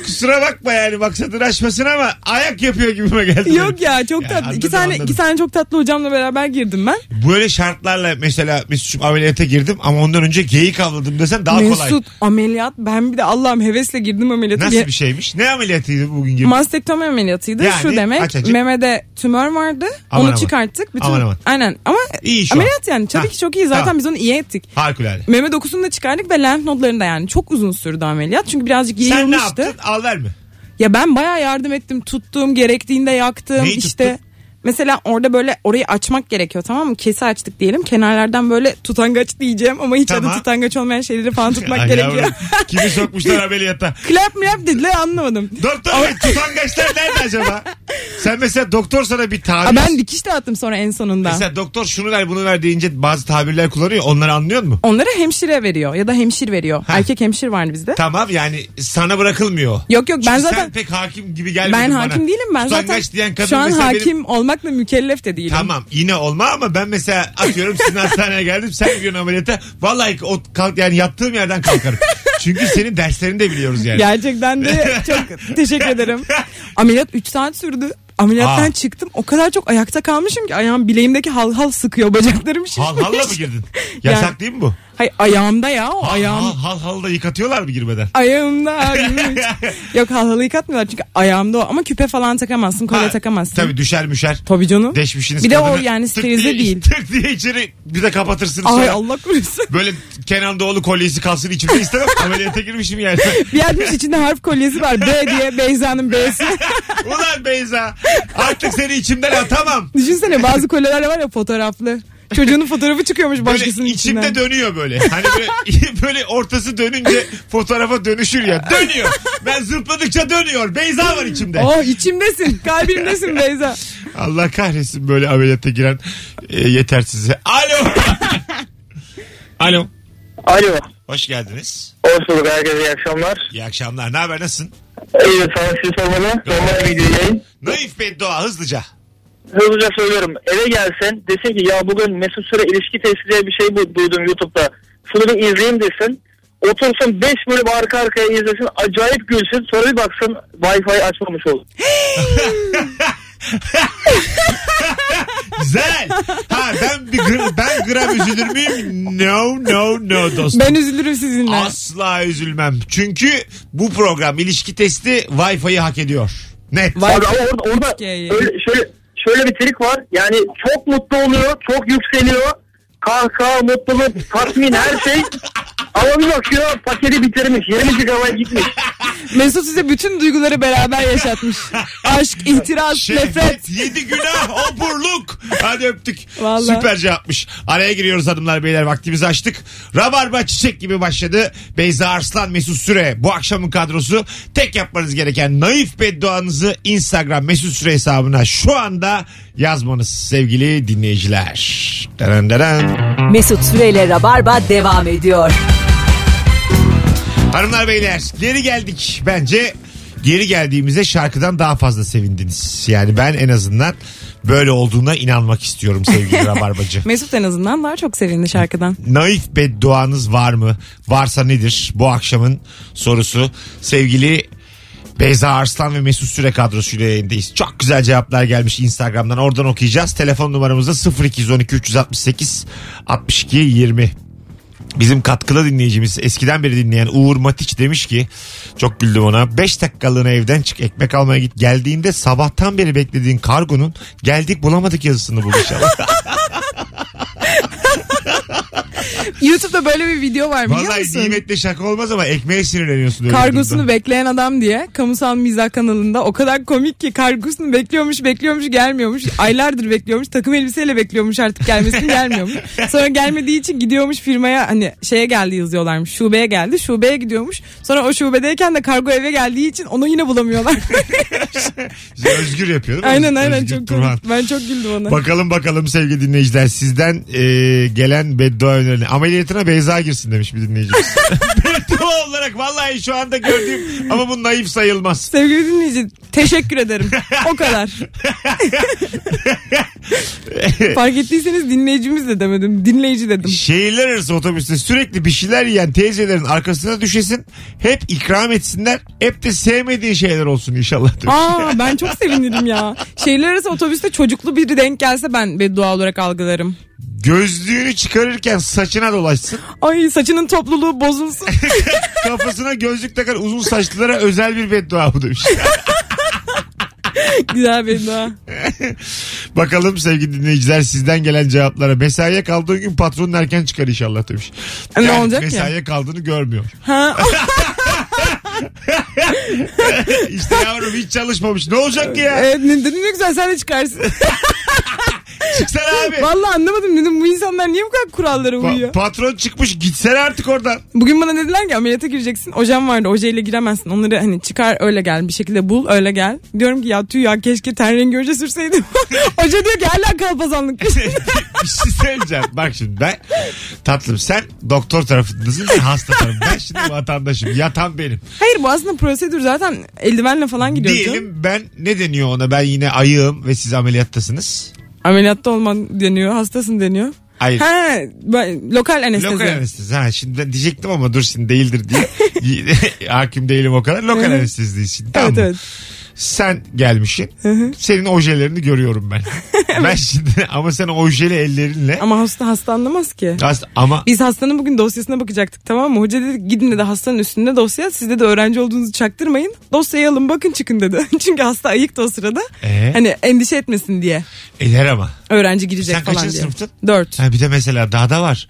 Speaker 2: kusura bakma yani maksadını aşmasın ama ayak yapıyor gibime geldi.
Speaker 3: Yok ya çok
Speaker 2: Ya
Speaker 3: tatlı.
Speaker 2: anladım,
Speaker 3: iki tane
Speaker 2: anladım.
Speaker 3: iki tane çok tatlı hocamla beraber girdim ben.
Speaker 2: Böyle şartlarla mesela Mesut'cum ameliyata girdim ama ondan önce geyik avladım desen daha
Speaker 3: Mesut
Speaker 2: kolay.
Speaker 3: ameliyat ben bir de Allah'ım hevesle girdim ameliyata.
Speaker 2: Nasıl
Speaker 3: Bir-
Speaker 2: bir şeymiş? Ne ameliyatıydı bugün girdi?
Speaker 3: Mastektomi ameliyatıydı.
Speaker 2: Yani
Speaker 3: Şu demek
Speaker 2: açacak.
Speaker 3: memede tümör vardı.
Speaker 2: Aman
Speaker 3: onu
Speaker 2: aman.
Speaker 3: çıkarttık. Bütün,
Speaker 2: Aman aman.
Speaker 3: Aynen ama
Speaker 2: İyi şu an.
Speaker 3: ameliyat yani tabii
Speaker 2: Ha,
Speaker 3: ki çok iyi. Zaten
Speaker 2: tamam.
Speaker 3: biz onu iyi ettik.
Speaker 2: Harikulade.
Speaker 3: Meme dokusunu da çıkardık ve lenf nodlarını da yani çok uzun sürdü ameliyat. Çünkü birazcık
Speaker 2: Sen ne
Speaker 3: yayılmıştı.
Speaker 2: yaptın? Al ver mi?
Speaker 3: Ya ben bayağı yardım ettim. Tuttum, gerektiğinde yaktım.
Speaker 2: Neyi
Speaker 3: işte
Speaker 2: tuttun?
Speaker 3: mesela orada böyle orayı açmak gerekiyor tamam mı? Kesi açtık diyelim. Kenarlardan böyle tutangaç diyeceğim ama hiç
Speaker 2: Tamam.
Speaker 3: adı tutangaç olmayan şeyleri falan tutmak
Speaker 2: Ay
Speaker 3: gerekiyor.
Speaker 2: yavrum, Kimi sokmuşlar ameliyata?
Speaker 3: Klap mlap dediler anlamadım.
Speaker 2: Doktor bey tutangaçlar nerede acaba? Sen mesela doktor sana bir tabir...
Speaker 3: Aa, ben dikiş de attım sonra en sonunda.
Speaker 2: Mesela doktor şunu ver bunu ver deyince bazı tabirler kullanıyor. Onları anlıyor mu?
Speaker 3: Onları hemşire veriyor ya da hemşir veriyor.
Speaker 2: Ha.
Speaker 3: Erkek hemşir vardı bizde.
Speaker 2: Tamam yani sana bırakılmıyor.
Speaker 3: Yok yok ben
Speaker 2: Çünkü
Speaker 3: zaten
Speaker 2: sen pek hakim gibi gelmedin
Speaker 3: ben
Speaker 2: bana.
Speaker 3: hakim değilim ben
Speaker 2: Tutangaç
Speaker 3: zaten.
Speaker 2: diyen kadın
Speaker 3: Şu an
Speaker 2: mesela benim-
Speaker 3: hakim olmakla mükellef de değilim.
Speaker 2: Tamam yine olma ama ben mesela atıyorum sizin hastaneye geldim sen bir gün ameliyata vallahi o kalk yani yattığım yerden kalkarım. Çünkü senin derslerini de biliyoruz yani.
Speaker 3: Gerçekten de çok teşekkür ederim. Ameliyat 3 saat sürdü. Ameliyattan
Speaker 2: Aa.
Speaker 3: çıktım. O kadar çok ayakta kalmışım ki ayağım bileğimdeki halhal sıkıyor. Bacaklarım şişmiş.
Speaker 2: Hal halla mı girdin? Yasak
Speaker 3: Yani-
Speaker 2: değil mi bu?
Speaker 3: Hayır ayağımda ya. O
Speaker 2: Hal,
Speaker 3: ayağım.
Speaker 2: hal, hal halı da yıkatıyorlar mı girmeden?
Speaker 3: Ayağımda abi. Yok halhalı yıkatmıyorlar çünkü ayağımda o. Ama küpe falan takamazsın. Kolye
Speaker 2: Ha,
Speaker 3: takamazsın.
Speaker 2: Tabii düşer müşer.
Speaker 3: Tabii canım.
Speaker 2: Deşmişsiniz
Speaker 3: Bir de o
Speaker 2: kadını.
Speaker 3: yani
Speaker 2: Tık
Speaker 3: sterilize
Speaker 2: diye-
Speaker 3: değil.
Speaker 2: Tık diye içeri bir de kapatırsınız
Speaker 3: Ay
Speaker 2: sonra.
Speaker 3: Allah korusun.
Speaker 2: Böyle Kenan Doğulu kolyesi kalsın içimde istemem. Ameliyata girmişim yani.
Speaker 3: Bir yerde içinde harf kolyesi var. B diye Beyza'nın B'si.
Speaker 2: Ulan Beyza artık seni içimden atamam.
Speaker 3: Düşünsene bazı kolyeler var ya fotoğraflı. Çocuğunun fotoğrafı çıkıyormuş
Speaker 2: Böyle
Speaker 3: başkasının içinden.
Speaker 2: içimde dönüyor böyle. Hani böyle, böyle ortası dönünce fotoğrafa dönüşür ya. Dönüyor. Ben zıpladıkça dönüyor. Beyza var içimde.
Speaker 3: Oh içimdesin. Kalbimdesin Beyza.
Speaker 2: Allah kahretsin böyle ameliyata giren e, yetersize. Alo. Alo.
Speaker 5: Alo.
Speaker 2: Hoş geldiniz.
Speaker 5: Hoş bulduk herkese iyi akşamlar.
Speaker 2: İyi akşamlar. Ne haber? Nasılsın?
Speaker 5: İyi sana sizi sormalı. Normal gidiyor yayın.
Speaker 2: Naif beddua hızlıca.
Speaker 5: Hızlıca söylüyorum. Eve gelsen desin ki ya bugün Mesut Süre ilişki testi diye bir şey bu- duydum YouTube'da. Şunu bir izleyeyim desin. Otursun 5 bölüm arka arkaya izlesin. Acayip gülsün. Sonra bir baksın Wi-Fi açmamış olur.
Speaker 2: Güzel. Ha ben bir gr- ben gram üzülür müyüm? No no no dostum.
Speaker 3: Ben üzülürüm sizinle.
Speaker 2: Asla üzülmem. Çünkü bu program ilişki testi Wi-Fi'yi hak ediyor. Net.
Speaker 3: Vay
Speaker 5: Abi ama orada, orada
Speaker 3: Türkiye'yi.
Speaker 5: öyle- şöyle, şöyle bir trik var. Yani çok mutlu oluyor. Çok yükseliyor. Kahkaha, mutluluk, tatmin her şey. Ama bir bakıyor paketi bitirmiş. 20 GB gitmiş.
Speaker 3: Mesut size bütün duyguları beraber yaşatmış. Aşk, ihtiras,
Speaker 2: Şey-
Speaker 3: nefret.
Speaker 2: Şehvet, yedi günah, oburluk. Hadi öptük.
Speaker 3: Vallahi.
Speaker 2: Süper cevapmış. Araya giriyoruz hanımlar beyler vaktimizi açtık. Rabarba çiçek gibi başladı. Beyza Arslan Mesut Süre bu akşamın kadrosu. Tek yapmanız gereken naif bedduanızı Instagram Mesut Süre hesabına şu anda yazmanız sevgili dinleyiciler. Daran daran.
Speaker 1: Mesut Süreyle Rabarba devam ediyor.
Speaker 2: Hanımlar beyler geri geldik bence. Geri geldiğimizde şarkıdan daha fazla sevindiniz. Yani ben en azından böyle olduğuna inanmak istiyorum sevgili Rabarbacı.
Speaker 3: Mesut en azından daha çok sevindi şarkıdan.
Speaker 2: Naif bedduanız var mı? Varsa nedir? Bu akşamın sorusu. Sevgili Beyza Arslan ve Mesut Süre kadrosuyla yayındayız. Çok güzel cevaplar gelmiş Instagram'dan. Oradan okuyacağız. Telefon numaramız da 0212 368 62 20. Bizim katkıda dinleyicimiz eskiden beri dinleyen Uğur Matiç demiş ki çok güldüm ona 5 dakikalığına evden çık ekmek almaya git geldiğinde sabahtan beri beklediğin kargonun geldik bulamadık yazısını bul inşallah.
Speaker 3: YouTube'da böyle bir video var biliyor
Speaker 2: Vallahi
Speaker 3: musun?
Speaker 2: nimetle şaka olmaz ama ekmeğe sinirleniyorsun. öyle durumda.
Speaker 3: Kargosunu bekleyen adam diye kamusal mizah kanalında o kadar komik ki kargosunu bekliyormuş bekliyormuş gelmiyormuş aylardır bekliyormuş takım elbiseyle bekliyormuş artık gelmesini gelmiyormuş sonra gelmediği için gidiyormuş firmaya hani şeye geldi yazıyorlarmış şubeye geldi şubeye gidiyormuş sonra o şubedeyken de kargo eve geldiği için onu yine bulamıyorlar
Speaker 2: Bizi Özgür yapıyor değil mi?
Speaker 3: aynen aynen
Speaker 2: Özgür
Speaker 3: çok
Speaker 2: Turhan.
Speaker 3: komik ben çok güldüm ona
Speaker 2: Bakalım bakalım sevgili dinleyiciler sizden e, gelen beddua önerini. Ameliyatına Beyza girsin demiş bir dinleyicimiz. beddua olarak vallahi şu anda gördüğüm ama bu naif sayılmaz.
Speaker 3: Sevgili dinleyici teşekkür ederim. O kadar. Fark ettiyseniz dinleyicimiz de demedim. Dinleyici dedim.
Speaker 2: Şehirler arası otobüste sürekli bir şeyler yiyen teyzelerin arkasına düşesin. Hep ikram etsinler. Hep de sevmediği şeyler olsun inşallah. demiş.
Speaker 3: Aa ben çok sevinirim ya. Şehirler arası otobüste çocuklu biri denk gelse ben beddua olarak algılarım.
Speaker 2: Gözlüğünü çıkarırken saçına dolaşsın.
Speaker 3: Ay saçının topluluğu bozulsun.
Speaker 2: Kafasına gözlük takan uzun saçlılara özel bir beddua bu demiş.
Speaker 3: Güzel beddua.
Speaker 2: Bakalım sevgili dinleyiciler sizden gelen cevaplara. Mesaiye kaldığın gün patronun erken çıkar inşallah demiş.
Speaker 3: E, ne olacak ki?
Speaker 2: mesaiye kaldığını görmüyor.
Speaker 3: Ha,
Speaker 2: İşte yavrum hiç çalışmamış. Ne olacak ki ya?
Speaker 3: evet, ne, ne güzel sen de çıkarsın.
Speaker 2: Çıksana abi.
Speaker 3: Vallahi anlamadım dedim bu insanlar niye bu kadar kurallara
Speaker 2: Pa-
Speaker 3: uyuyor.
Speaker 2: patron çıkmış gitsene artık oradan.
Speaker 3: Bugün bana dediler ki ameliyata gireceksin. Hocam vardı ojeyle giremezsin. Onları hani çıkar öyle gel bir şekilde bul öyle gel. Diyorum ki ya tüy ya keşke ten rengi hoca sürseydim. Hoca diyor ki hala kalpazanlık.
Speaker 2: bir şey söyleyeceğim. Bak şimdi ben tatlım sen doktor tarafındasın ben hasta tarafım. Ben şimdi vatandaşım. Yatan benim.
Speaker 3: Hayır bu aslında prosedür zaten eldivenle falan gidiyor. canım.
Speaker 2: Diyelim ben ne deniyor ona ben yine ayığım ve siz ameliyattasınız.
Speaker 3: Ameliyatta olman deniyor hastasın deniyor.
Speaker 2: Hayır.
Speaker 3: Ha, ben- lokal anestezi.
Speaker 2: Lokal anestezi. Ha, şimdi ben diyecektim ama dur şimdi değildir diye. Hakim değilim o kadar. Lokal
Speaker 3: Evet.
Speaker 2: anestezi şimdi. Tamam
Speaker 3: Evet
Speaker 2: mı?
Speaker 3: evet.
Speaker 2: Sen gelmişsin. Senin ojelerini görüyorum ben. ben şimdi ama sen ojeli ellerinle.
Speaker 3: Ama hasta hasta anlamaz ki.
Speaker 2: Aslında- ama
Speaker 3: Biz hastanın bugün dosyasına bakacaktık tamam mı? Hoca dedi gidin dedi hastanın üstünde dosya. Siz de öğrenci olduğunuzu çaktırmayın. Dosyayı alın bakın çıkın dedi. Çünkü hasta ayıktı o sırada.
Speaker 2: Ee?
Speaker 3: Hani endişe etmesin diye.
Speaker 2: eller ama.
Speaker 3: Öğrenci girecek
Speaker 2: Sen
Speaker 3: falan
Speaker 2: kaçıncı
Speaker 3: diye.
Speaker 2: sınıftın?
Speaker 3: Dört.
Speaker 2: Ha, bir de mesela daha da var.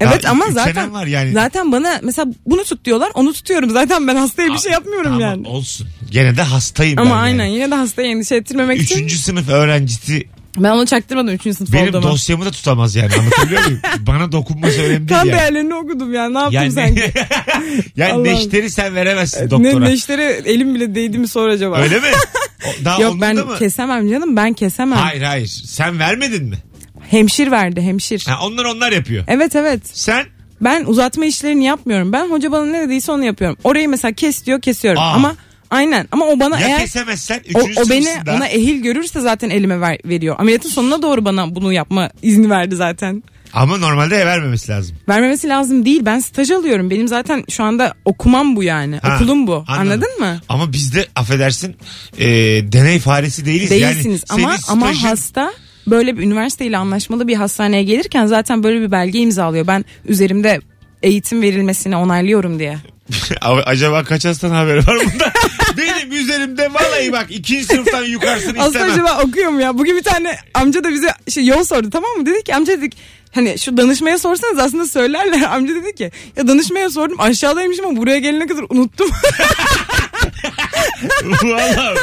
Speaker 2: Daha
Speaker 3: Evet ama
Speaker 2: üç senem
Speaker 3: zaten
Speaker 2: var yani.
Speaker 3: zaten bana mesela bunu tut diyorlar onu tutuyorum. Zaten ben hastaya bir şey yapmıyorum
Speaker 2: Tamam,
Speaker 3: yani.
Speaker 2: Olsun. Gene de hastayım ben.
Speaker 3: Ama
Speaker 2: yani.
Speaker 3: aynen yine de hastaya endişe ettirmemek için.
Speaker 2: Üçüncü sınıf öğrencisi
Speaker 3: Ben onu çaktırmadım üçüncü sınıf
Speaker 2: benim
Speaker 3: olduğumu.
Speaker 2: dosyamı da tutamaz yani anlatabiliyor muyum? Bana dokunması önemli değil
Speaker 3: Kan
Speaker 2: yani.
Speaker 3: değerlerini okudum ya ne yaptım
Speaker 2: Yani,
Speaker 3: sanki.
Speaker 2: yani
Speaker 3: Allah'ım.
Speaker 2: neşteri sen veremezsin
Speaker 3: ne
Speaker 2: doktora.
Speaker 3: neştere elim bile değdi mi sor acaba.
Speaker 2: Öyle mi? O- Daha
Speaker 3: Yok
Speaker 2: onun
Speaker 3: ben
Speaker 2: da mı?
Speaker 3: kesemem canım ben kesemem.
Speaker 2: Hayır hayır. Sen vermedin mi?
Speaker 3: Hemşir verdi hemşir.
Speaker 2: Ha, onlar onlar yapıyor.
Speaker 3: Evet evet.
Speaker 2: Sen
Speaker 3: Ben uzatma işlerini yapmıyorum. Ben hoca bana ne dediyse onu yapıyorum. Orayı mesela kes diyor kesiyorum.
Speaker 2: Aa.
Speaker 3: Ama aynen ama o bana
Speaker 2: ya
Speaker 3: eğer
Speaker 2: kesemezsen
Speaker 3: o,
Speaker 2: üçüncü
Speaker 3: o beni
Speaker 2: sınıfsın daha.
Speaker 3: ona ehil görürse zaten elime ver, veriyor. Ameliyatın sonuna doğru bana bunu yapma izni verdi zaten.
Speaker 2: Ama normalde vermemesi lazım.
Speaker 3: Vermemesi lazım değil. Ben staj alıyorum. Benim zaten şu anda okumam bu yani.
Speaker 2: Ha,
Speaker 3: Okulum bu.
Speaker 2: anladım.
Speaker 3: Anladın mı?
Speaker 2: Ama biz de affedersin e, deney faresi değiliz.
Speaker 3: Değilsiniz
Speaker 2: yani
Speaker 3: ama
Speaker 2: senin
Speaker 3: ama
Speaker 2: stajın-
Speaker 3: hasta böyle bir üniversiteyle anlaşmalı bir hastaneye gelirken zaten böyle bir belge imzalıyor. Ben üzerimde eğitim verilmesini onaylıyorum diye.
Speaker 2: A- Acaba kaç hastanın haberi var bunda? Benim üzerimde vallahi bak ikinci sınıftan yukarısını
Speaker 3: Aslında
Speaker 2: istemem.
Speaker 3: acaba okuyor mu ya? Bugün bir tane amca da bize şey yol sordu tamam mı? Dedik ki amca dedik Hani şu danışmaya sorsanız aslında söylerler. Amca dedi ki ya danışmaya sordum aşağıdaymışım ama buraya gelene kadar unuttum.
Speaker 2: Vallahi.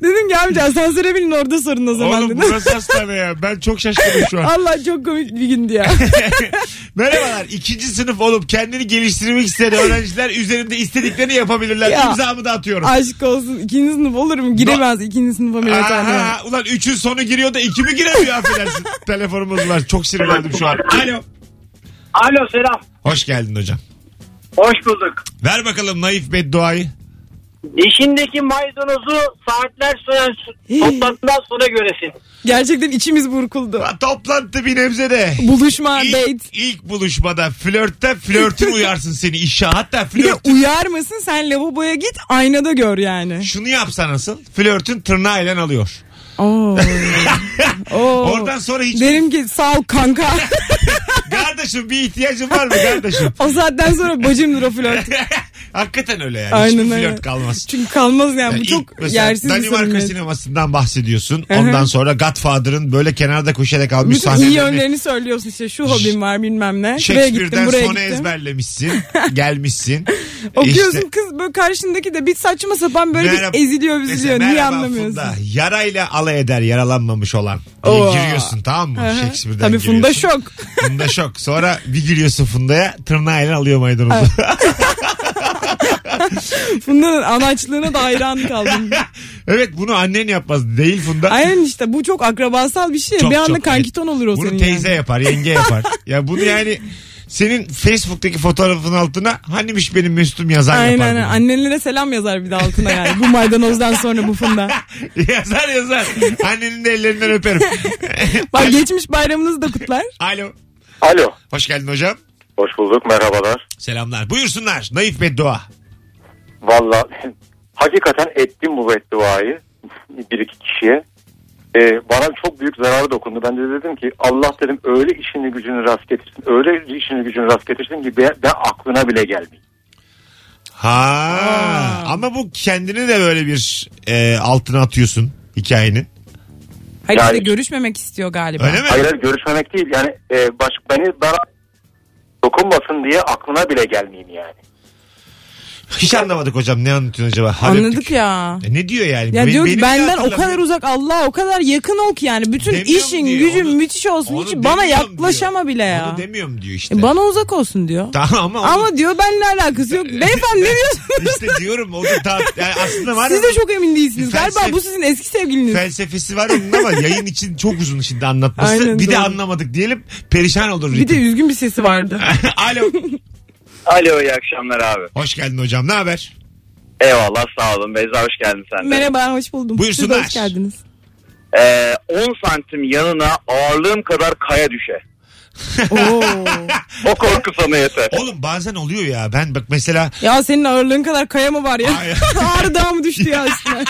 Speaker 3: dedim ki amca asansöre binin orada sorun o zaman
Speaker 2: Oğlum
Speaker 3: dedim.
Speaker 2: burası hastane ya. Ben çok şaşkınım şu an.
Speaker 3: Allah çok komik bir gündü ya.
Speaker 2: Merhabalar. İkinci sınıf olup kendini geliştirmek isteyen öğrenciler üzerinde istediklerini yapabilirler.
Speaker 3: Ya.
Speaker 2: İmzamı da atıyorum.
Speaker 3: Aşk olsun. İkinci sınıf olurum. Giremez ikinci sınıfa ameliyathaneye.
Speaker 2: Aha, ulan üçün sonu giriyor da iki mi giremiyor affedersin. Telefonumuz var. Çok sinirlendim şu an. Alo.
Speaker 9: Alo selam.
Speaker 2: Hoş geldin hocam.
Speaker 9: Hoş bulduk.
Speaker 2: Ver bakalım naif bedduayı.
Speaker 9: Dişindeki maydanozu saatler süren toplantından sonra göresin.
Speaker 3: Gerçekten içimiz burkuldu.
Speaker 2: Ha, Toplantı bir nebzede.
Speaker 3: Buluşma, date.
Speaker 2: İlk, ilk buluşmada flörtte flörtün uyarsın seni işe. Hatta
Speaker 3: Bir de
Speaker 2: flört
Speaker 3: uyarmasın sen lavaboya git aynada gör yani.
Speaker 2: şunu yapsa nasıl? Flörtün tırnağıyla alıyor.
Speaker 3: Oo. Oo.
Speaker 2: Oradan sonra hiç
Speaker 3: Derim ki sağ ol kanka.
Speaker 2: kardeşim bir ihtiyacın var mı kardeşim?
Speaker 3: o saatten sonra bacımdır o flört.
Speaker 2: Hakikaten öyle yani.
Speaker 3: Aynen
Speaker 2: Hiçbir
Speaker 3: öyle.
Speaker 2: flört kalmaz.
Speaker 3: Çünkü kalmaz yani, bu
Speaker 2: Yani
Speaker 3: çok
Speaker 2: ilk mesela
Speaker 3: yersiz bir
Speaker 2: Danimarka
Speaker 3: samimiyet.
Speaker 2: sinemasından bahsediyorsun.
Speaker 3: hı.
Speaker 2: Ondan sonra Godfather'ın böyle kenarda koşarak almış
Speaker 3: Bütün iyi
Speaker 2: sahnelerini.
Speaker 3: yönlerini söylüyorsun işte şu hobim var bilmem ne. Şuraya gittim
Speaker 2: Shakespeare'den
Speaker 3: buraya
Speaker 2: sonra
Speaker 3: gittim.
Speaker 2: ezberlemişsin. Gelmişsin.
Speaker 3: Okuyorsun
Speaker 2: İşte-
Speaker 3: kız böyle karşındaki de bir saçma sapan böyle
Speaker 2: Merhaba-
Speaker 3: bir eziliyor
Speaker 2: Mesela
Speaker 3: üzülüyor. Niye
Speaker 2: merhaba
Speaker 3: anlamıyorsun?
Speaker 2: Funda, yarayla alay eder yaralanmamış olan. diye
Speaker 3: Oo.
Speaker 2: giriyorsun tamam mı?
Speaker 3: Aha.
Speaker 2: Shakespeare'den
Speaker 3: Tabii Funda
Speaker 2: giriyorsun.
Speaker 3: şok.
Speaker 2: Funda şok. Sonra bir giriyorsun Funda'ya tırnağıyla alıyor maydanozu.
Speaker 3: Funda'nın anaçlığına da hayran kaldım.
Speaker 2: evet bunu annen yapmaz değil Funda.
Speaker 3: Aynen işte bu çok akrabasal bir şey.
Speaker 2: Çok,
Speaker 3: bir anda
Speaker 2: çok.
Speaker 3: kankiton olur o
Speaker 2: Bunu
Speaker 3: senin
Speaker 2: teyze
Speaker 3: yani.
Speaker 2: yapar, yenge yapar. ya bunu yani senin Facebook'taki fotoğrafın altına hanimiş benim Müslüm yazar
Speaker 3: Aynen
Speaker 2: yapar.
Speaker 3: aynen.
Speaker 2: bunu.
Speaker 3: Annelere selam yazar bir de altına yani. bu maydanozdan sonra bu funda.
Speaker 2: yazar yazar. Annenin de ellerinden öperim.
Speaker 3: Bak geçmiş bayramınızı da kutlar.
Speaker 2: Alo.
Speaker 5: Alo.
Speaker 2: Hoş geldin hocam.
Speaker 5: Hoş bulduk merhabalar.
Speaker 2: Selamlar. Buyursunlar. Naif beddua.
Speaker 5: Valla hakikaten ettim bu bedduayı bir iki kişiye. Ee, bana çok büyük zararı dokundu. Ben de dedim ki Allah dedim öyle işini gücünü rast getirsin. Öyle işini gücünü rast getirsin ki ben, ben aklına bile gelmeyeyim.
Speaker 2: Ha. Ama bu kendini de böyle bir e, altına atıyorsun hikayenin.
Speaker 3: Hayır
Speaker 5: Yani-
Speaker 3: bir de görüşmemek istiyor galiba.
Speaker 2: Öyle mi?
Speaker 5: Hayır hayır, görüşmemek değil yani e, baş, beni bana dokunmasın diye aklına bile gelmeyeyim yani.
Speaker 2: Hiç anlamadık hocam ne anlatıyorsun acaba? Hadi
Speaker 3: Anladık
Speaker 2: öptük.
Speaker 3: ya.
Speaker 2: E, ne diyor yani?
Speaker 3: Ya
Speaker 2: Be-
Speaker 3: diyor
Speaker 2: beni
Speaker 3: ki
Speaker 2: bile
Speaker 3: benden o
Speaker 2: hatırlamıyor.
Speaker 3: kadar uzak Allah'a o kadar yakın ol ki yani bütün
Speaker 2: Demiyorum
Speaker 3: işin
Speaker 2: diyor,
Speaker 3: gücün
Speaker 2: onu-
Speaker 3: müthiş olsun
Speaker 2: Onu
Speaker 3: hiç bana
Speaker 2: demiyorum
Speaker 3: yaklaşama
Speaker 2: diyor.
Speaker 3: bile ya.
Speaker 2: Onu demiyorum diyor işte.
Speaker 3: E, bana uzak olsun diyor.
Speaker 2: Tamam ama, ama
Speaker 3: Ama diyor benimle alakası yok. Beyefendi ne diyorsunuz?
Speaker 2: işte diyorum o da ta- yani aslında var
Speaker 3: Siz
Speaker 2: ama
Speaker 3: de çok emin değilsiniz. Galiba
Speaker 2: Felsefe-
Speaker 3: bu sizin eski sevgiliniz.
Speaker 2: felsefesi var onun ama yayın için çok uzun şimdi anlatması.
Speaker 3: Aynen,
Speaker 2: bir de
Speaker 3: doğru.
Speaker 2: anlamadık diyelim perişan olur
Speaker 3: Bir de
Speaker 2: ritim.
Speaker 3: üzgün bir sesi vardı.
Speaker 2: Alo.
Speaker 10: Alo iyi akşamlar abi.
Speaker 2: Hoş geldin hocam ne haber?
Speaker 10: Eyvallah sağ olun. Beyza hoş geldin sen de.
Speaker 3: Merhaba hoş buldum. Siz
Speaker 2: Buyursunlar.
Speaker 3: de hoş geldiniz.
Speaker 10: Ee, 10 santim yanına ağırlığım kadar kaya düşe.
Speaker 3: Oo.
Speaker 10: O korku sana yeter.
Speaker 2: Oğlum bazen oluyor ya ben bak mesela
Speaker 3: Ya senin ağırlığın kadar kaya mı var ya?
Speaker 2: Ay.
Speaker 3: Ağrı dağı mı düştü ya üstüne?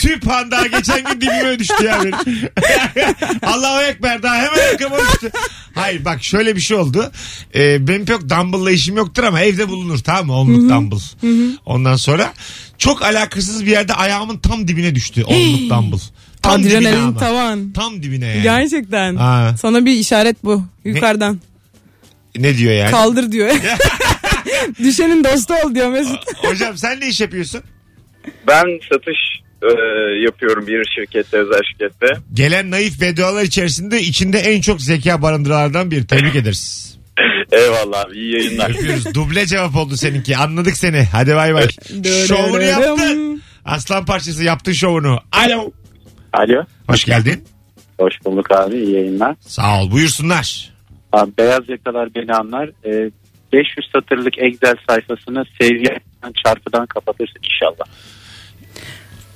Speaker 2: tüp daha geçen gün dibime düştü ya benim. Allahu Ekber daha hemen arkama düştü. Hayır bak şöyle bir şey oldu. Ee, benim pek dumbbell'la işim yoktur ama evde bulunur tamam mı? Onluk dumbbell. Ondan sonra çok alakasız bir yerde ayağımın tam dibine düştü onluk dumbbell. Tam dibine
Speaker 3: Adrenalin
Speaker 2: ama.
Speaker 3: tavan.
Speaker 2: Tam dibine yani.
Speaker 3: Gerçekten.
Speaker 2: Ee, Ha. Hani-
Speaker 3: Sana bir işaret bu. Yukarıdan.
Speaker 2: Ne diyor yani?
Speaker 3: Kaldır diyor. Düşenin dostu ol diyor Mesut.
Speaker 2: Hocam sen ne iş yapıyorsun?
Speaker 10: Ben satış e, yapıyorum bir şirkette özel şirkette.
Speaker 2: Gelen naif beddualar içerisinde içinde en çok zeka barındıranlardan biri. Tebrik ederiz.
Speaker 10: Eyvallah abi iyi yayınlar.
Speaker 2: Öpüyoruz. Duble cevap oldu seninki. Anladık seni. Hadi bay bay. Şovunu yaptın. Aslan parçası yaptın şovunu. Alo.
Speaker 5: Alo.
Speaker 2: Hoş geldin.
Speaker 5: Hoş bulduk abi iyi yayınlar.
Speaker 2: Sağ ol. Buyursunlar.
Speaker 5: Abi, beyaz yakalar beni anlar. Ee, 500 satırlık Excel sayfasını sevgiden çarpıdan kapatırsın inşallah.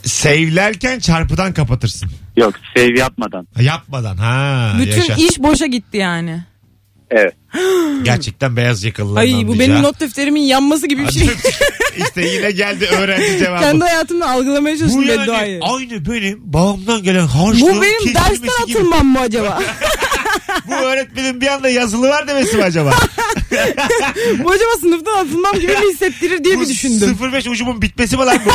Speaker 2: Sevlerken çarpıdan kapatırsın.
Speaker 5: Yok sev yapmadan.
Speaker 2: Ha, Yapmadan ha.
Speaker 3: Bütün
Speaker 2: yaşa.
Speaker 3: iş boşa gitti yani.
Speaker 5: Evet.
Speaker 2: Gerçekten beyaz yakalıların
Speaker 3: Ay bu benim
Speaker 2: anlayacağı.
Speaker 3: not defterimin yanması gibi bir şey.
Speaker 2: işte yine geldi öğrenci cevabı.
Speaker 3: Kendi hayatımda algılamaya
Speaker 2: bu
Speaker 3: çalıştım
Speaker 2: yani
Speaker 3: bedduayı.
Speaker 2: aynı benim babamdan gelen harçlığın
Speaker 3: Bu benim
Speaker 2: kesilmesi
Speaker 3: dersten
Speaker 2: şey gibi.
Speaker 3: atılmam mı acaba?
Speaker 2: Bu öğretmenin bir anda yazılı var demesi mi acaba?
Speaker 3: bu acaba sınıftan atılmam gibi mi hissettirir diye
Speaker 2: bu
Speaker 3: bir düşündüm.
Speaker 2: 05 ucumun bitmesi mi lan bu?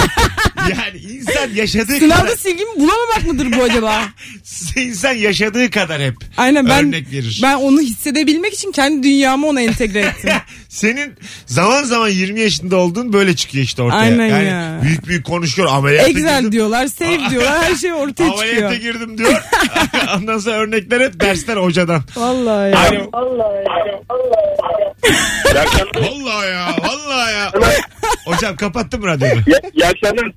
Speaker 2: yani insan İnsan yaşadığı
Speaker 3: Sınavda
Speaker 2: kadar...
Speaker 3: silgimi bulamamak mıdır bu acaba?
Speaker 2: İnsan yaşadığı kadar hep
Speaker 3: Aynen ben
Speaker 2: örnek verir.
Speaker 3: ben onu hissedebilmek için kendi dünyamı ona entegre ettim.
Speaker 2: Senin zaman zaman 20 yaşında olduğun böyle çıkıyor işte ortaya.
Speaker 3: Aynen
Speaker 2: yani
Speaker 3: ya.
Speaker 2: büyük büyük konuşuyor ameliyata
Speaker 3: Excel
Speaker 2: girdim.
Speaker 3: diyorlar, save diyorlar, her şey ortaya
Speaker 2: Ameliyata
Speaker 3: çıkıyor.
Speaker 2: girdim diyor. Ondan sonra örnekler hep dersler hocadan.
Speaker 3: Vallahi ya.
Speaker 2: Alo. Vallahi ya. Vallahi ya. Hocam kapattım radyoyu.
Speaker 10: İyi akşamlar.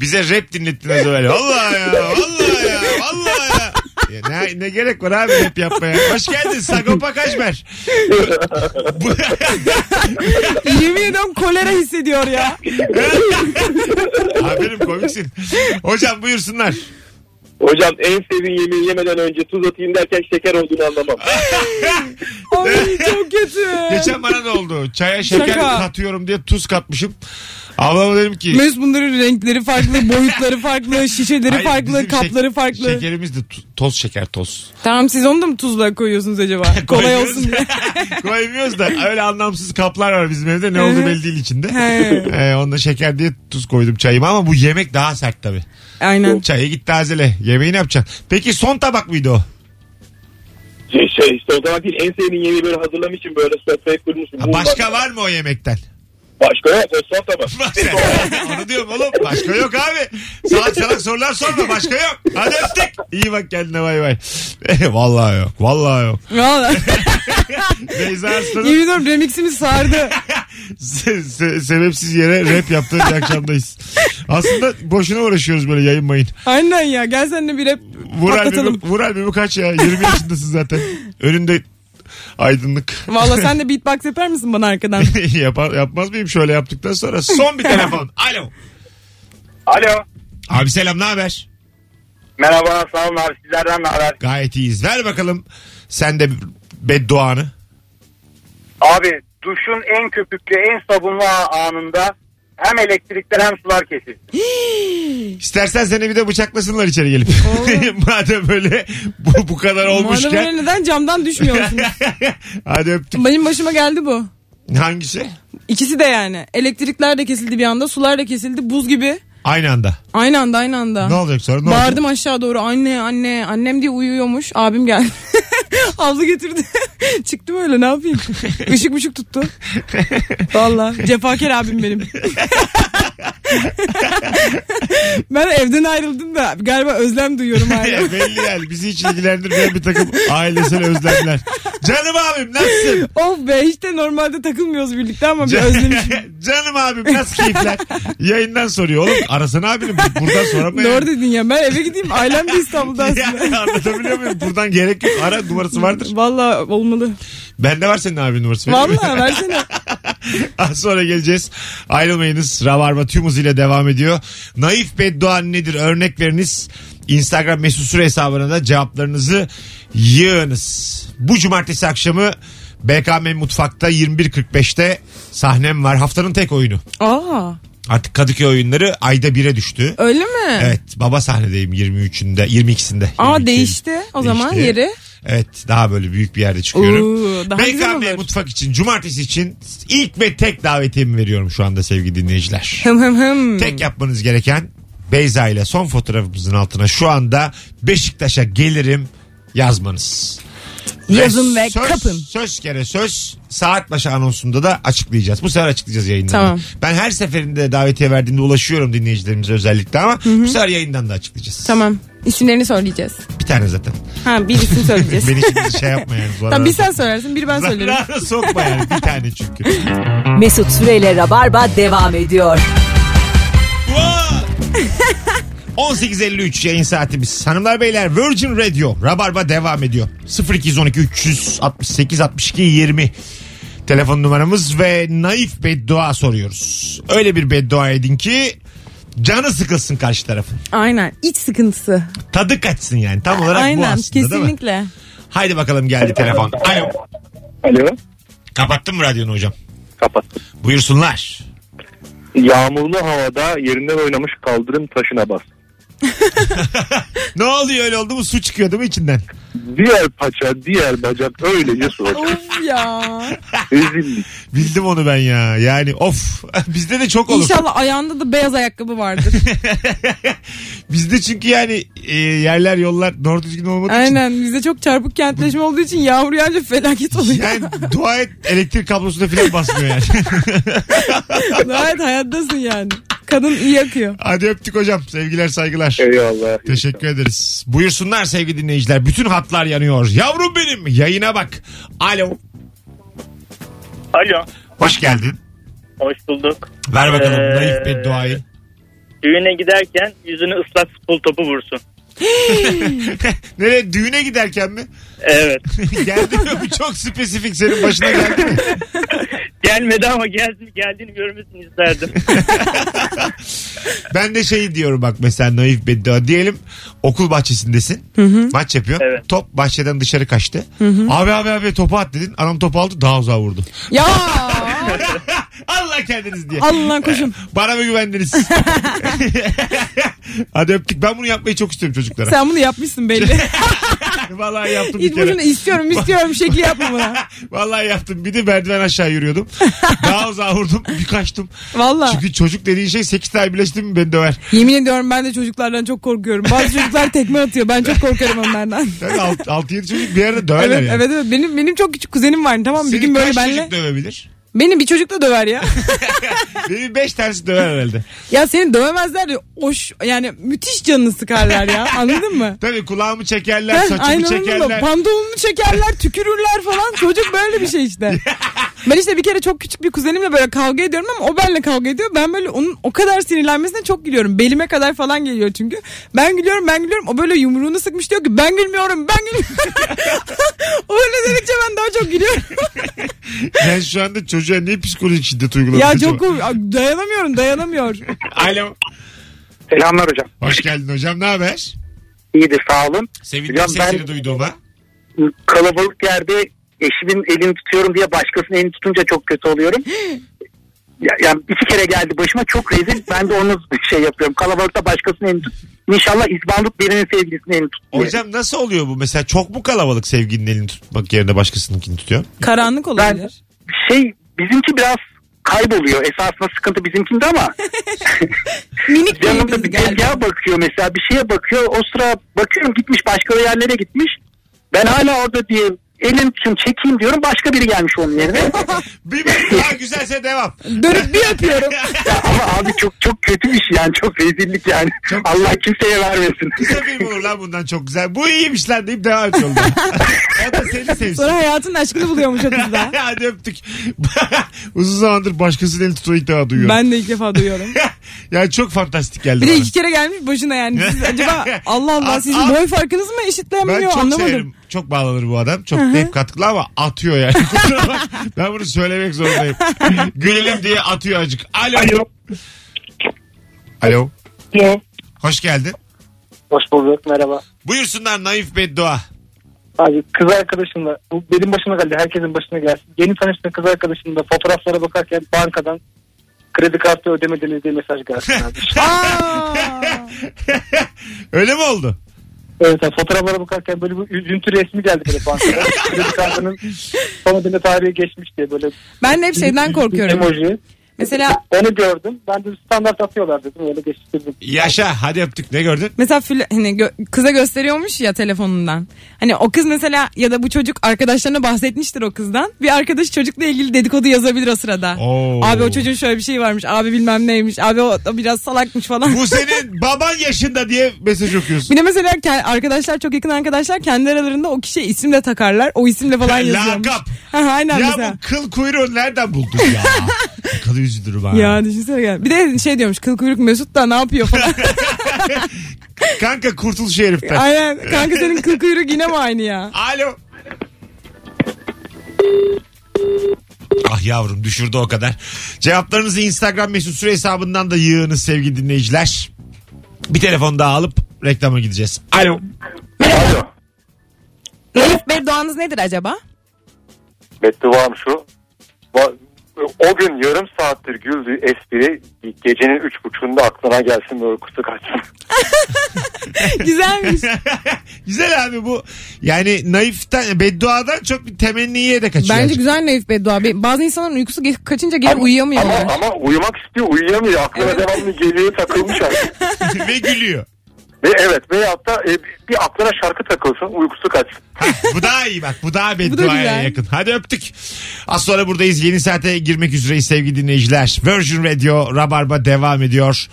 Speaker 2: Bize rap dinlettiniz öyle. Vallahi ya. Vallahi ya. Vallahi ya. Ya ne, ne gerek var abi rap yapmaya? Hoş geldin Sagopa Kajmer. Bu-
Speaker 3: 20 adam kolera hissediyor ya.
Speaker 2: Aferin komiksin. Hocam buyursunlar.
Speaker 10: Hocam en sevdiğin yemeği yemeden önce tuz atayım derken şeker olduğunu anlamam.
Speaker 3: Ay çok kötü.
Speaker 2: Geçen bana ne oldu? Çaya şeker
Speaker 3: Şaka.
Speaker 2: katıyorum diye tuz katmışım. Ablama dedim ki...
Speaker 3: Mesut bunların renkleri farklı, boyutları farklı, şişeleri
Speaker 2: "Hayır,
Speaker 3: farklı,
Speaker 2: bizim şey-
Speaker 3: kapları
Speaker 2: şek-
Speaker 3: farklı.
Speaker 2: Şekerimiz de tu- toz şeker toz.
Speaker 3: Tamam siz onu da mı tuzla koyuyorsunuz acaba? Kolay
Speaker 2: Koymuyoruz.
Speaker 3: olsun diye.
Speaker 2: Koymuyoruz da öyle anlamsız kaplar var bizim evde. Ne oldu
Speaker 3: Hı hı.
Speaker 2: belli değil içinde.
Speaker 3: He.
Speaker 2: ee, onda şeker diye tuz koydum çayıma ama bu yemek daha sert tabii.
Speaker 3: Aynen.
Speaker 2: Çayı git tazele. Yemeği ne yapacaksın? Peki son tabak mıydı o?
Speaker 10: Şey, şey işte o zaman değil en sevdiğin yemeği böyle hazırlamışım böyle sofraya kurmuşum.
Speaker 2: Ha, başka var mı o yemekten?
Speaker 10: Başka yok. O son tabak.
Speaker 2: Başka. Onu diyorum oğlum. Başka yok abi. Salak salak sorular sorma. Başka yok. Hadi öptük. İyi bak kendine bay bay. vallahi yok. Vallahi yok.
Speaker 3: Valla.
Speaker 2: Beyza Arslan'ın
Speaker 3: Yemin ediyorum remiximiz sardı.
Speaker 2: se- se- sebepsiz yere rap yaptığı bir akşamdayız. Aslında boşuna uğraşıyoruz böyle yayın mayın.
Speaker 3: Aynen ya gel seninle bir hep
Speaker 2: Vur albümü,
Speaker 3: patlatalım.
Speaker 2: vur albümü kaç ya? 20 yaşındasın zaten. Önünde aydınlık.
Speaker 3: Valla sen de beatbox yapar mısın bana arkadan?
Speaker 2: Yapar, yapmaz mıyım şöyle yaptıktan sonra? Son bir telefon. Alo.
Speaker 10: Alo.
Speaker 2: Abi selam ne haber?
Speaker 10: Merhaba sağ olun abi sizlerden ne haber?
Speaker 2: Gayet iyiyiz. Ver bakalım sen de bedduanı.
Speaker 10: Abi duşun en köpüklü en sabunlu anında hem elektrikler hem sular kesildi.
Speaker 2: İstersen seni bir de bıçaklasınlar içeri gelip. Madem böyle bu, bu kadar
Speaker 3: Madem öyle
Speaker 2: olmuşken.
Speaker 3: neden camdan düşmüyorsun?
Speaker 2: Hadi öptük.
Speaker 3: Benim başıma geldi bu.
Speaker 2: Hangisi?
Speaker 3: İkisi de yani. Elektrikler de kesildi bir anda, sular da kesildi, buz gibi.
Speaker 2: Aynı anda.
Speaker 3: Aynı anda aynı anda.
Speaker 2: Ne olacak sonra? Ne olacak?
Speaker 3: Bağırdım aşağı doğru anne anne annem diye uyuyormuş. Abim geldi. Havlu getirdi. Çıktım öyle ne yapayım? Işık mışık tuttu. Valla cefaker abim benim. ben evden ayrıldım da galiba özlem duyuyorum hala.
Speaker 2: Belli yani. Bizi hiç ilgilendirmeyen bir takım ailesel özlemler. Canım abim nasılsın?
Speaker 3: of be hiç de normalde takılmıyoruz birlikte ama bir özlemişim.
Speaker 2: Canım abim nasıl keyifler? Yayından soruyor oğlum. Arasana abini bu- buradan sorama yani.
Speaker 3: Doğru dedin ya ben eve gideyim ailem de İstanbul'da aslında.
Speaker 2: Ya, anlatabiliyor muyum? Buradan gerek yok. Ara numarası vardır.
Speaker 3: Valla olmalı.
Speaker 2: Bende var senin abinin numarası. benim.
Speaker 3: Valla versene.
Speaker 2: Az sonra geleceğiz. Ayrılmayınız. Rabarba tüm ile devam ediyor. Naif beddua nedir? Örnek veriniz. Instagram mesut süre hesabına da cevaplarınızı yığınız. Bu cumartesi akşamı BKM Mutfak'ta 21.45'te sahnem var. Haftanın tek oyunu.
Speaker 3: Aa
Speaker 2: Artık Kadıköy oyunları ayda bire düştü.
Speaker 3: öyle mi?
Speaker 2: Evet baba sahnedeyim 23'ünde 22'sinde.
Speaker 3: Aa
Speaker 2: 22'inde.
Speaker 3: değişti o zaman
Speaker 2: Değişti.
Speaker 3: yeri.
Speaker 2: Evet daha böyle büyük bir yerde çıkıyorum.
Speaker 3: Oo, daha güzel
Speaker 2: BKM
Speaker 3: olur.
Speaker 2: Mutfak için cumartesi için ilk ve tek davetiyemi veriyorum şu anda sevgili dinleyiciler.
Speaker 3: Hım hım hım.
Speaker 2: tek yapmanız gereken Beyza ile son fotoğrafımızın altına şu anda Beşiktaş'a gelirim yazmanız.
Speaker 3: Yazın ve
Speaker 2: söz,
Speaker 3: kapın.
Speaker 2: Söz kere söz saat başı anonsunda da açıklayacağız. Bu sefer açıklayacağız yayından. da.
Speaker 3: Tamam.
Speaker 2: Ben her seferinde davetiye verdiğimde ulaşıyorum dinleyicilerimize özellikle ama bu sefer yayından da açıklayacağız.
Speaker 3: Tamam. İsimlerini söyleyeceğiz.
Speaker 2: Bir tane zaten.
Speaker 3: Ha birisini söyleyeceğiz.
Speaker 2: Beni şimdi şey yapma yani.
Speaker 3: tamam bir sen söylersin biri ben söylerim.
Speaker 2: Zarara sokma yani bir tane çünkü.
Speaker 1: Mesut Süreyle Rabarba devam ediyor.
Speaker 2: 18.53 yayın saatimiz. Hanımlar beyler Virgin Radio Rabarba devam ediyor. 0212 368 62 20 telefon numaramız ve naif beddua soruyoruz. Öyle bir beddua edin ki canı sıkılsın karşı tarafın.
Speaker 3: Aynen. İç sıkıntısı.
Speaker 2: Tadı kaçsın yani tam olarak bu
Speaker 3: Aynen.
Speaker 2: aslında değil mi?
Speaker 3: Kesinlikle.
Speaker 2: Haydi bakalım geldi telefon. Alo.
Speaker 10: Alo.
Speaker 2: Kapattın mı radyonu hocam?
Speaker 10: Kapattım.
Speaker 2: Buyursunlar.
Speaker 10: Yağmurlu havada yerinden oynamış kaldırım taşına bas.
Speaker 2: ne oluyor öyle oldu mu su çıkıyor değil mi içinden?
Speaker 11: Diğer paça, diğer bacak öylece soğuk.
Speaker 3: of ya.
Speaker 11: Rezillik.
Speaker 2: Bildim onu ben ya. Yani of bizde de çok olur.
Speaker 3: İnşallah ayağında da beyaz ayakkabı vardır.
Speaker 2: Bizde çünkü yani e, yerler yollar doğru düzgün olmadığı için.
Speaker 3: Aynen bizde çok çarpık kentleşme olduğu için yağmur yağınca felaket oluyor.
Speaker 2: Yani dua et elektrik kablosuna falan basmıyor yani.
Speaker 3: Gayet hayattasın yani. Kadın iyi akıyor.
Speaker 2: Hadi öptük hocam. Sevgiler saygılar.
Speaker 11: Eyvallah.
Speaker 2: Teşekkür ederiz. Buyursunlar sevgili dinleyiciler. Bütün hatlar yanıyor. Yavrum benim yayına bak. Alo.
Speaker 12: Alo.
Speaker 2: Hoş geldin.
Speaker 12: Hoş bulduk.
Speaker 2: Ver bakalım
Speaker 12: Ee,
Speaker 2: naif bir duayı.
Speaker 12: Düğüne giderken yüzünü ıslak futbol topu vursun.
Speaker 2: Nereye düğüne giderken mi?
Speaker 12: Evet.
Speaker 2: geldi mi? Bu çok spesifik senin başına geldi mi?
Speaker 12: Gelmedi ama geldi, geldiğini görmesini isterdim.
Speaker 2: Ben de şey diyorum bak mesela naif beddua. Diyelim okul bahçesindesin. Maç yapıyorsun. Top bahçeden dışarı kaçtı. Abi abi abi topu at dedin. Adam topu aldı daha uzağa vurdu.
Speaker 3: Ya
Speaker 2: Allah kendiniz diye.
Speaker 3: alın lan koşun.
Speaker 2: Bana mı güvendiniz? Hadi öptük. Ben bunu yapmayı çok istiyorum çocuklara.
Speaker 3: Sen bunu yapmışsın belli.
Speaker 2: Vallahi yaptım bir
Speaker 3: İlk
Speaker 2: kere.
Speaker 3: boşuna istiyorum istiyorum şekli yapma buna.
Speaker 2: Vallahi yaptım. Bir de merdiven aşağı yürüyordum. Daha uzağa vurdum. Bir kaçtım.
Speaker 3: Valla.
Speaker 2: Çünkü çocuk dediğin şey 8 tane birleşti mi beni döver.
Speaker 3: Yemin ediyorum ben de çocuklardan çok korkuyorum. Bazı çocuklar tekme atıyor. Ben çok korkarım onlardan.
Speaker 2: Yani 6-7 çocuk bir yerde döverler
Speaker 3: evet,
Speaker 2: yani.
Speaker 3: evet evet benim benim çok küçük kuzenim var tamam mı? bir
Speaker 2: Seni
Speaker 3: gün böyle
Speaker 2: kaç
Speaker 3: benle
Speaker 2: çocuk dövebilir?
Speaker 3: beni bir çocuk da döver ya.
Speaker 2: Benim 5 tanesi döver herhalde.
Speaker 3: ya seni dövemezler de hoş yani müthiş canını sıkarlar ya anladın mı?
Speaker 2: Tabii kulağımı çekerler,
Speaker 3: Ben
Speaker 2: saçımı
Speaker 3: aynı
Speaker 2: çekerler.
Speaker 3: çekerler. pantolonunu çekerler, tükürürler falan. Çocuk böyle bir şey işte. Ben işte bir kere çok küçük bir kuzenimle böyle kavga ediyorum ama o benimle kavga ediyor. Ben böyle onun o kadar sinirlenmesine çok gülüyorum. Belime kadar falan geliyor çünkü. Ben gülüyorum ben gülüyorum. O böyle yumruğunu sıkmış diyor ki ben gülmüyorum ben gülmüyorum. o öyle dedikçe ben daha çok gülüyorum.
Speaker 2: Ben şu anda çocuğa niye psikolojik şiddet uyguladım?
Speaker 3: ya
Speaker 2: acaba?
Speaker 3: çok dayanamıyorum dayanamıyor.
Speaker 2: Alo.
Speaker 10: Selamlar hocam.
Speaker 2: Hoş geldin hocam. Ne haber?
Speaker 10: İyidir sağ olun.
Speaker 2: Sevindim
Speaker 10: Hocam ben-
Speaker 2: sesini duyduğuma.
Speaker 10: Kalabalık yerde eşimin elini tutuyorum diye başkasının elini tutunca çok kötü oluyorum. Ya, yani iki kere geldi başıma çok rezil. Ben de onu şey yapıyorum. Kalabalıkta başkasının elini tut. İnşallah izbanlık birinin sevgilisinin elini tut. diye.
Speaker 2: Hocam nasıl oluyor bu? Mesela çok mu kalabalık sevginin elini tutmak yerine başkasınınkini tutuyor?
Speaker 3: Karanlık olabilir.
Speaker 10: Şey bizimki biraz kayboluyor. Esasında sıkıntı bizimkinde ama
Speaker 3: Minik
Speaker 10: Yanımda
Speaker 3: değiliz
Speaker 10: bir
Speaker 3: galiba.
Speaker 10: tezgaha bakıyor mesela bir şeye bakıyor. O sıra bakıyorum gitmiş başka yerlere gitmiş. Ben hala orada diyeyim elim tutayım çekeyim diyorum başka biri gelmiş onun yerine.
Speaker 2: Bir bak daha güzelse devam.
Speaker 3: Dönüp bir öpüyorum.
Speaker 10: Ya ama abi çok çok kötü bir şey yani çok rezillik yani. Allah kimseye vermesin.
Speaker 2: Kısa film olur lan bundan çok güzel. Bu iyiymiş lan deyip devam et yolda. o da seni sevsin.
Speaker 3: Sonra hayatın aşkını buluyormuş o kızda.
Speaker 2: Hadi öptük. Uzun zamandır başkasının elini tutuyor ilk defa duyuyorum.
Speaker 3: Ben de ilk defa duyuyorum.
Speaker 2: Yani çok fantastik geldi
Speaker 3: Bir de
Speaker 2: bana.
Speaker 3: iki kere gelmiş başına yani. Siz acaba Allah Allah
Speaker 2: At-
Speaker 3: sizin
Speaker 2: at.
Speaker 3: boy farkınız mı
Speaker 2: Ben
Speaker 3: eşitlenmiyor
Speaker 2: çok
Speaker 3: anlamadım.
Speaker 2: severim. Çok bağlanır bu adam. Çok
Speaker 3: Hı hı.
Speaker 2: da hep katkılı ama atıyor yani. Kusura bak. ben bunu söylemek zorundayım. Gülelim diye atıyor acık. Alo. Alo. Alo. Hoş geldin.
Speaker 13: Hoş bulduk merhaba.
Speaker 2: Buyursunlar naif beddua.
Speaker 13: Abi kız arkadaşımla bu benim başıma geldi herkesin başına gelsin. Yeni tanıştığım kız arkadaşımla fotoğraflara bakarken bankadan kredi kartı ödemediniz diye mesaj geldi. abi.
Speaker 2: Öyle mi oldu?
Speaker 13: evet abi, fotoğraflara bakarken böyle bir üzüntü resmi geldi böyle bankadan. kredi kartının son ödeme tarihi geçmiş diye böyle.
Speaker 3: Ben de hep şeyden korkuyorum.
Speaker 13: Emoji.
Speaker 3: Mesela
Speaker 13: Onu gördüm. Ben de standart atıyorlar dedim. Öyle geçiştirdim.
Speaker 2: Yaşa hadi öptük ne gördün?
Speaker 3: Mesela fil- hani gö- kıza gösteriyormuş ya telefonundan. Hani o kız mesela ya da bu çocuk arkadaşlarına bahsetmiştir o kızdan. Bir arkadaş çocukla ilgili dedikodu yazabilir o sırada.
Speaker 2: Oo.
Speaker 3: Abi o çocuğun şöyle bir şey varmış. Abi bilmem neymiş. Abi o, o biraz salakmış falan.
Speaker 2: Bu senin baban yaşında diye mesaj okuyorsun.
Speaker 3: Bir de mesela ke- arkadaşlar çok yakın arkadaşlar kendi aralarında o kişiye isim de takarlar. O isimle falan yazıyormuş.
Speaker 2: Lakap.
Speaker 3: Ha, Aynen
Speaker 2: ya
Speaker 3: mesela.
Speaker 2: bu kıl kuyruğu nereden buldun ya? Ne kadar üzülür ha.
Speaker 3: Ya düşünsene gel. Bir de şey diyormuş kıl kuyruk Mesut da ne yapıyor falan.
Speaker 2: Kanka kurtul şu heriften.
Speaker 3: Aynen. Kanka senin kıl kuyruk yine mi aynı ya?
Speaker 2: Alo. Ah yavrum düşürdü o kadar. Cevaplarınızı Instagram mesut süre hesabından da yığınız sevgili dinleyiciler. Bir telefon daha alıp reklama gideceğiz. Alo.
Speaker 3: Elif Bey doğanız nedir acaba?
Speaker 11: Bedduam şu. Va-
Speaker 14: o gün yarım saattir güldüğü espri gecenin üç buçuğunda aklına gelsin ve uykusu kaçsın.
Speaker 3: Güzelmiş.
Speaker 2: Güzel abi bu. Yani naiften, bedduadan çok bir temenniye de kaçıyor.
Speaker 3: Bence
Speaker 2: azıcık.
Speaker 3: güzel naif beddua. Be- Bazı insanların uykusu ge- kaçınca gelir uyuyamıyorlar.
Speaker 14: Ama, ama uyumak istiyor uyuyamıyor. Aklına devamlı geliyor takılmış artık.
Speaker 2: Ve gülüyor.
Speaker 14: Ve evet veyahut da e, bir aklına şarkı takılsın uykusu kaçsın.
Speaker 2: bu daha iyi bak. Bu daha
Speaker 14: Bu da
Speaker 2: bedduaya
Speaker 14: güzel.
Speaker 2: yakın. Hadi öptük. Az sonra buradayız. Yeni saate girmek üzereyiz sevgili dinleyiciler. Virgin Radio Rabarba devam ediyor.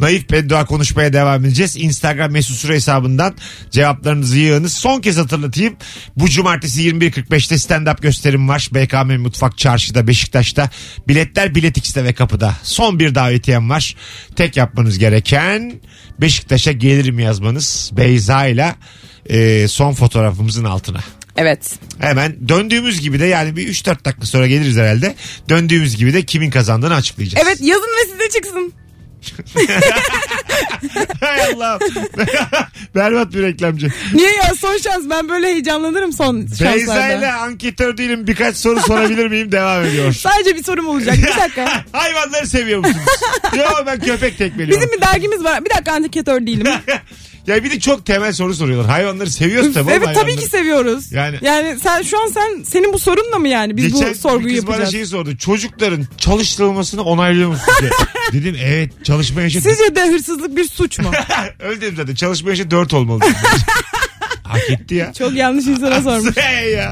Speaker 2: Naif beddua konuşmaya devam edeceğiz. Instagram mesut süre hesabından cevaplarınızı yığınız. Son kez hatırlatayım. Bu cumartesi 21.45'te stand-up gösterim var. BKM Mutfak Çarşı'da Beşiktaş'ta. Biletler Bilet X'te ve kapıda. Son bir davetiyem var. Tek yapmanız gereken Beşiktaş'a gelirim yazmanız. Beyza ile e, son fotoğrafımızın altına.
Speaker 3: Evet.
Speaker 2: Hemen döndüğümüz gibi de yani bir 3-4 dakika sonra geliriz herhalde. Döndüğümüz gibi de kimin kazandığını açıklayacağız.
Speaker 3: Evet yazın ve size çıksın.
Speaker 2: Hay Allah. Berbat bir reklamcı.
Speaker 3: Niye ya son şans ben böyle heyecanlanırım son
Speaker 2: Beyza
Speaker 3: şanslarda.
Speaker 2: ile anketör değilim birkaç soru sorabilir miyim devam ediyor.
Speaker 3: Sadece bir sorum olacak. Bir dakika.
Speaker 2: Hayvanları seviyor musunuz? Yo ben köpek tekmeliyorum.
Speaker 3: Bizim bir dergimiz var. Bir dakika anketör değilim.
Speaker 2: Ya bir de çok temel soru soruyorlar. Hayvanları seviyoruz tabii.
Speaker 3: evet
Speaker 2: oğlum
Speaker 3: tabii ki
Speaker 2: hayvanları.
Speaker 3: seviyoruz.
Speaker 2: Yani-
Speaker 3: Yani, sen şu an sen senin bu sorunla mı yani biz
Speaker 2: Geçen
Speaker 3: bu sorguyu
Speaker 2: bir kız bana şey-
Speaker 3: yapacağız?
Speaker 2: şeyi sordu. Çocukların çalıştırılmasını onaylıyor musunuz diye. Dedim evet çalışma yaşı.
Speaker 3: Sizce de hırsızlık bir suç mu?
Speaker 2: Öyle dedim zaten çalışma yaşı 4 olmalı. Hak etti ya.
Speaker 3: Çok yanlış insana sormuş.
Speaker 2: ya.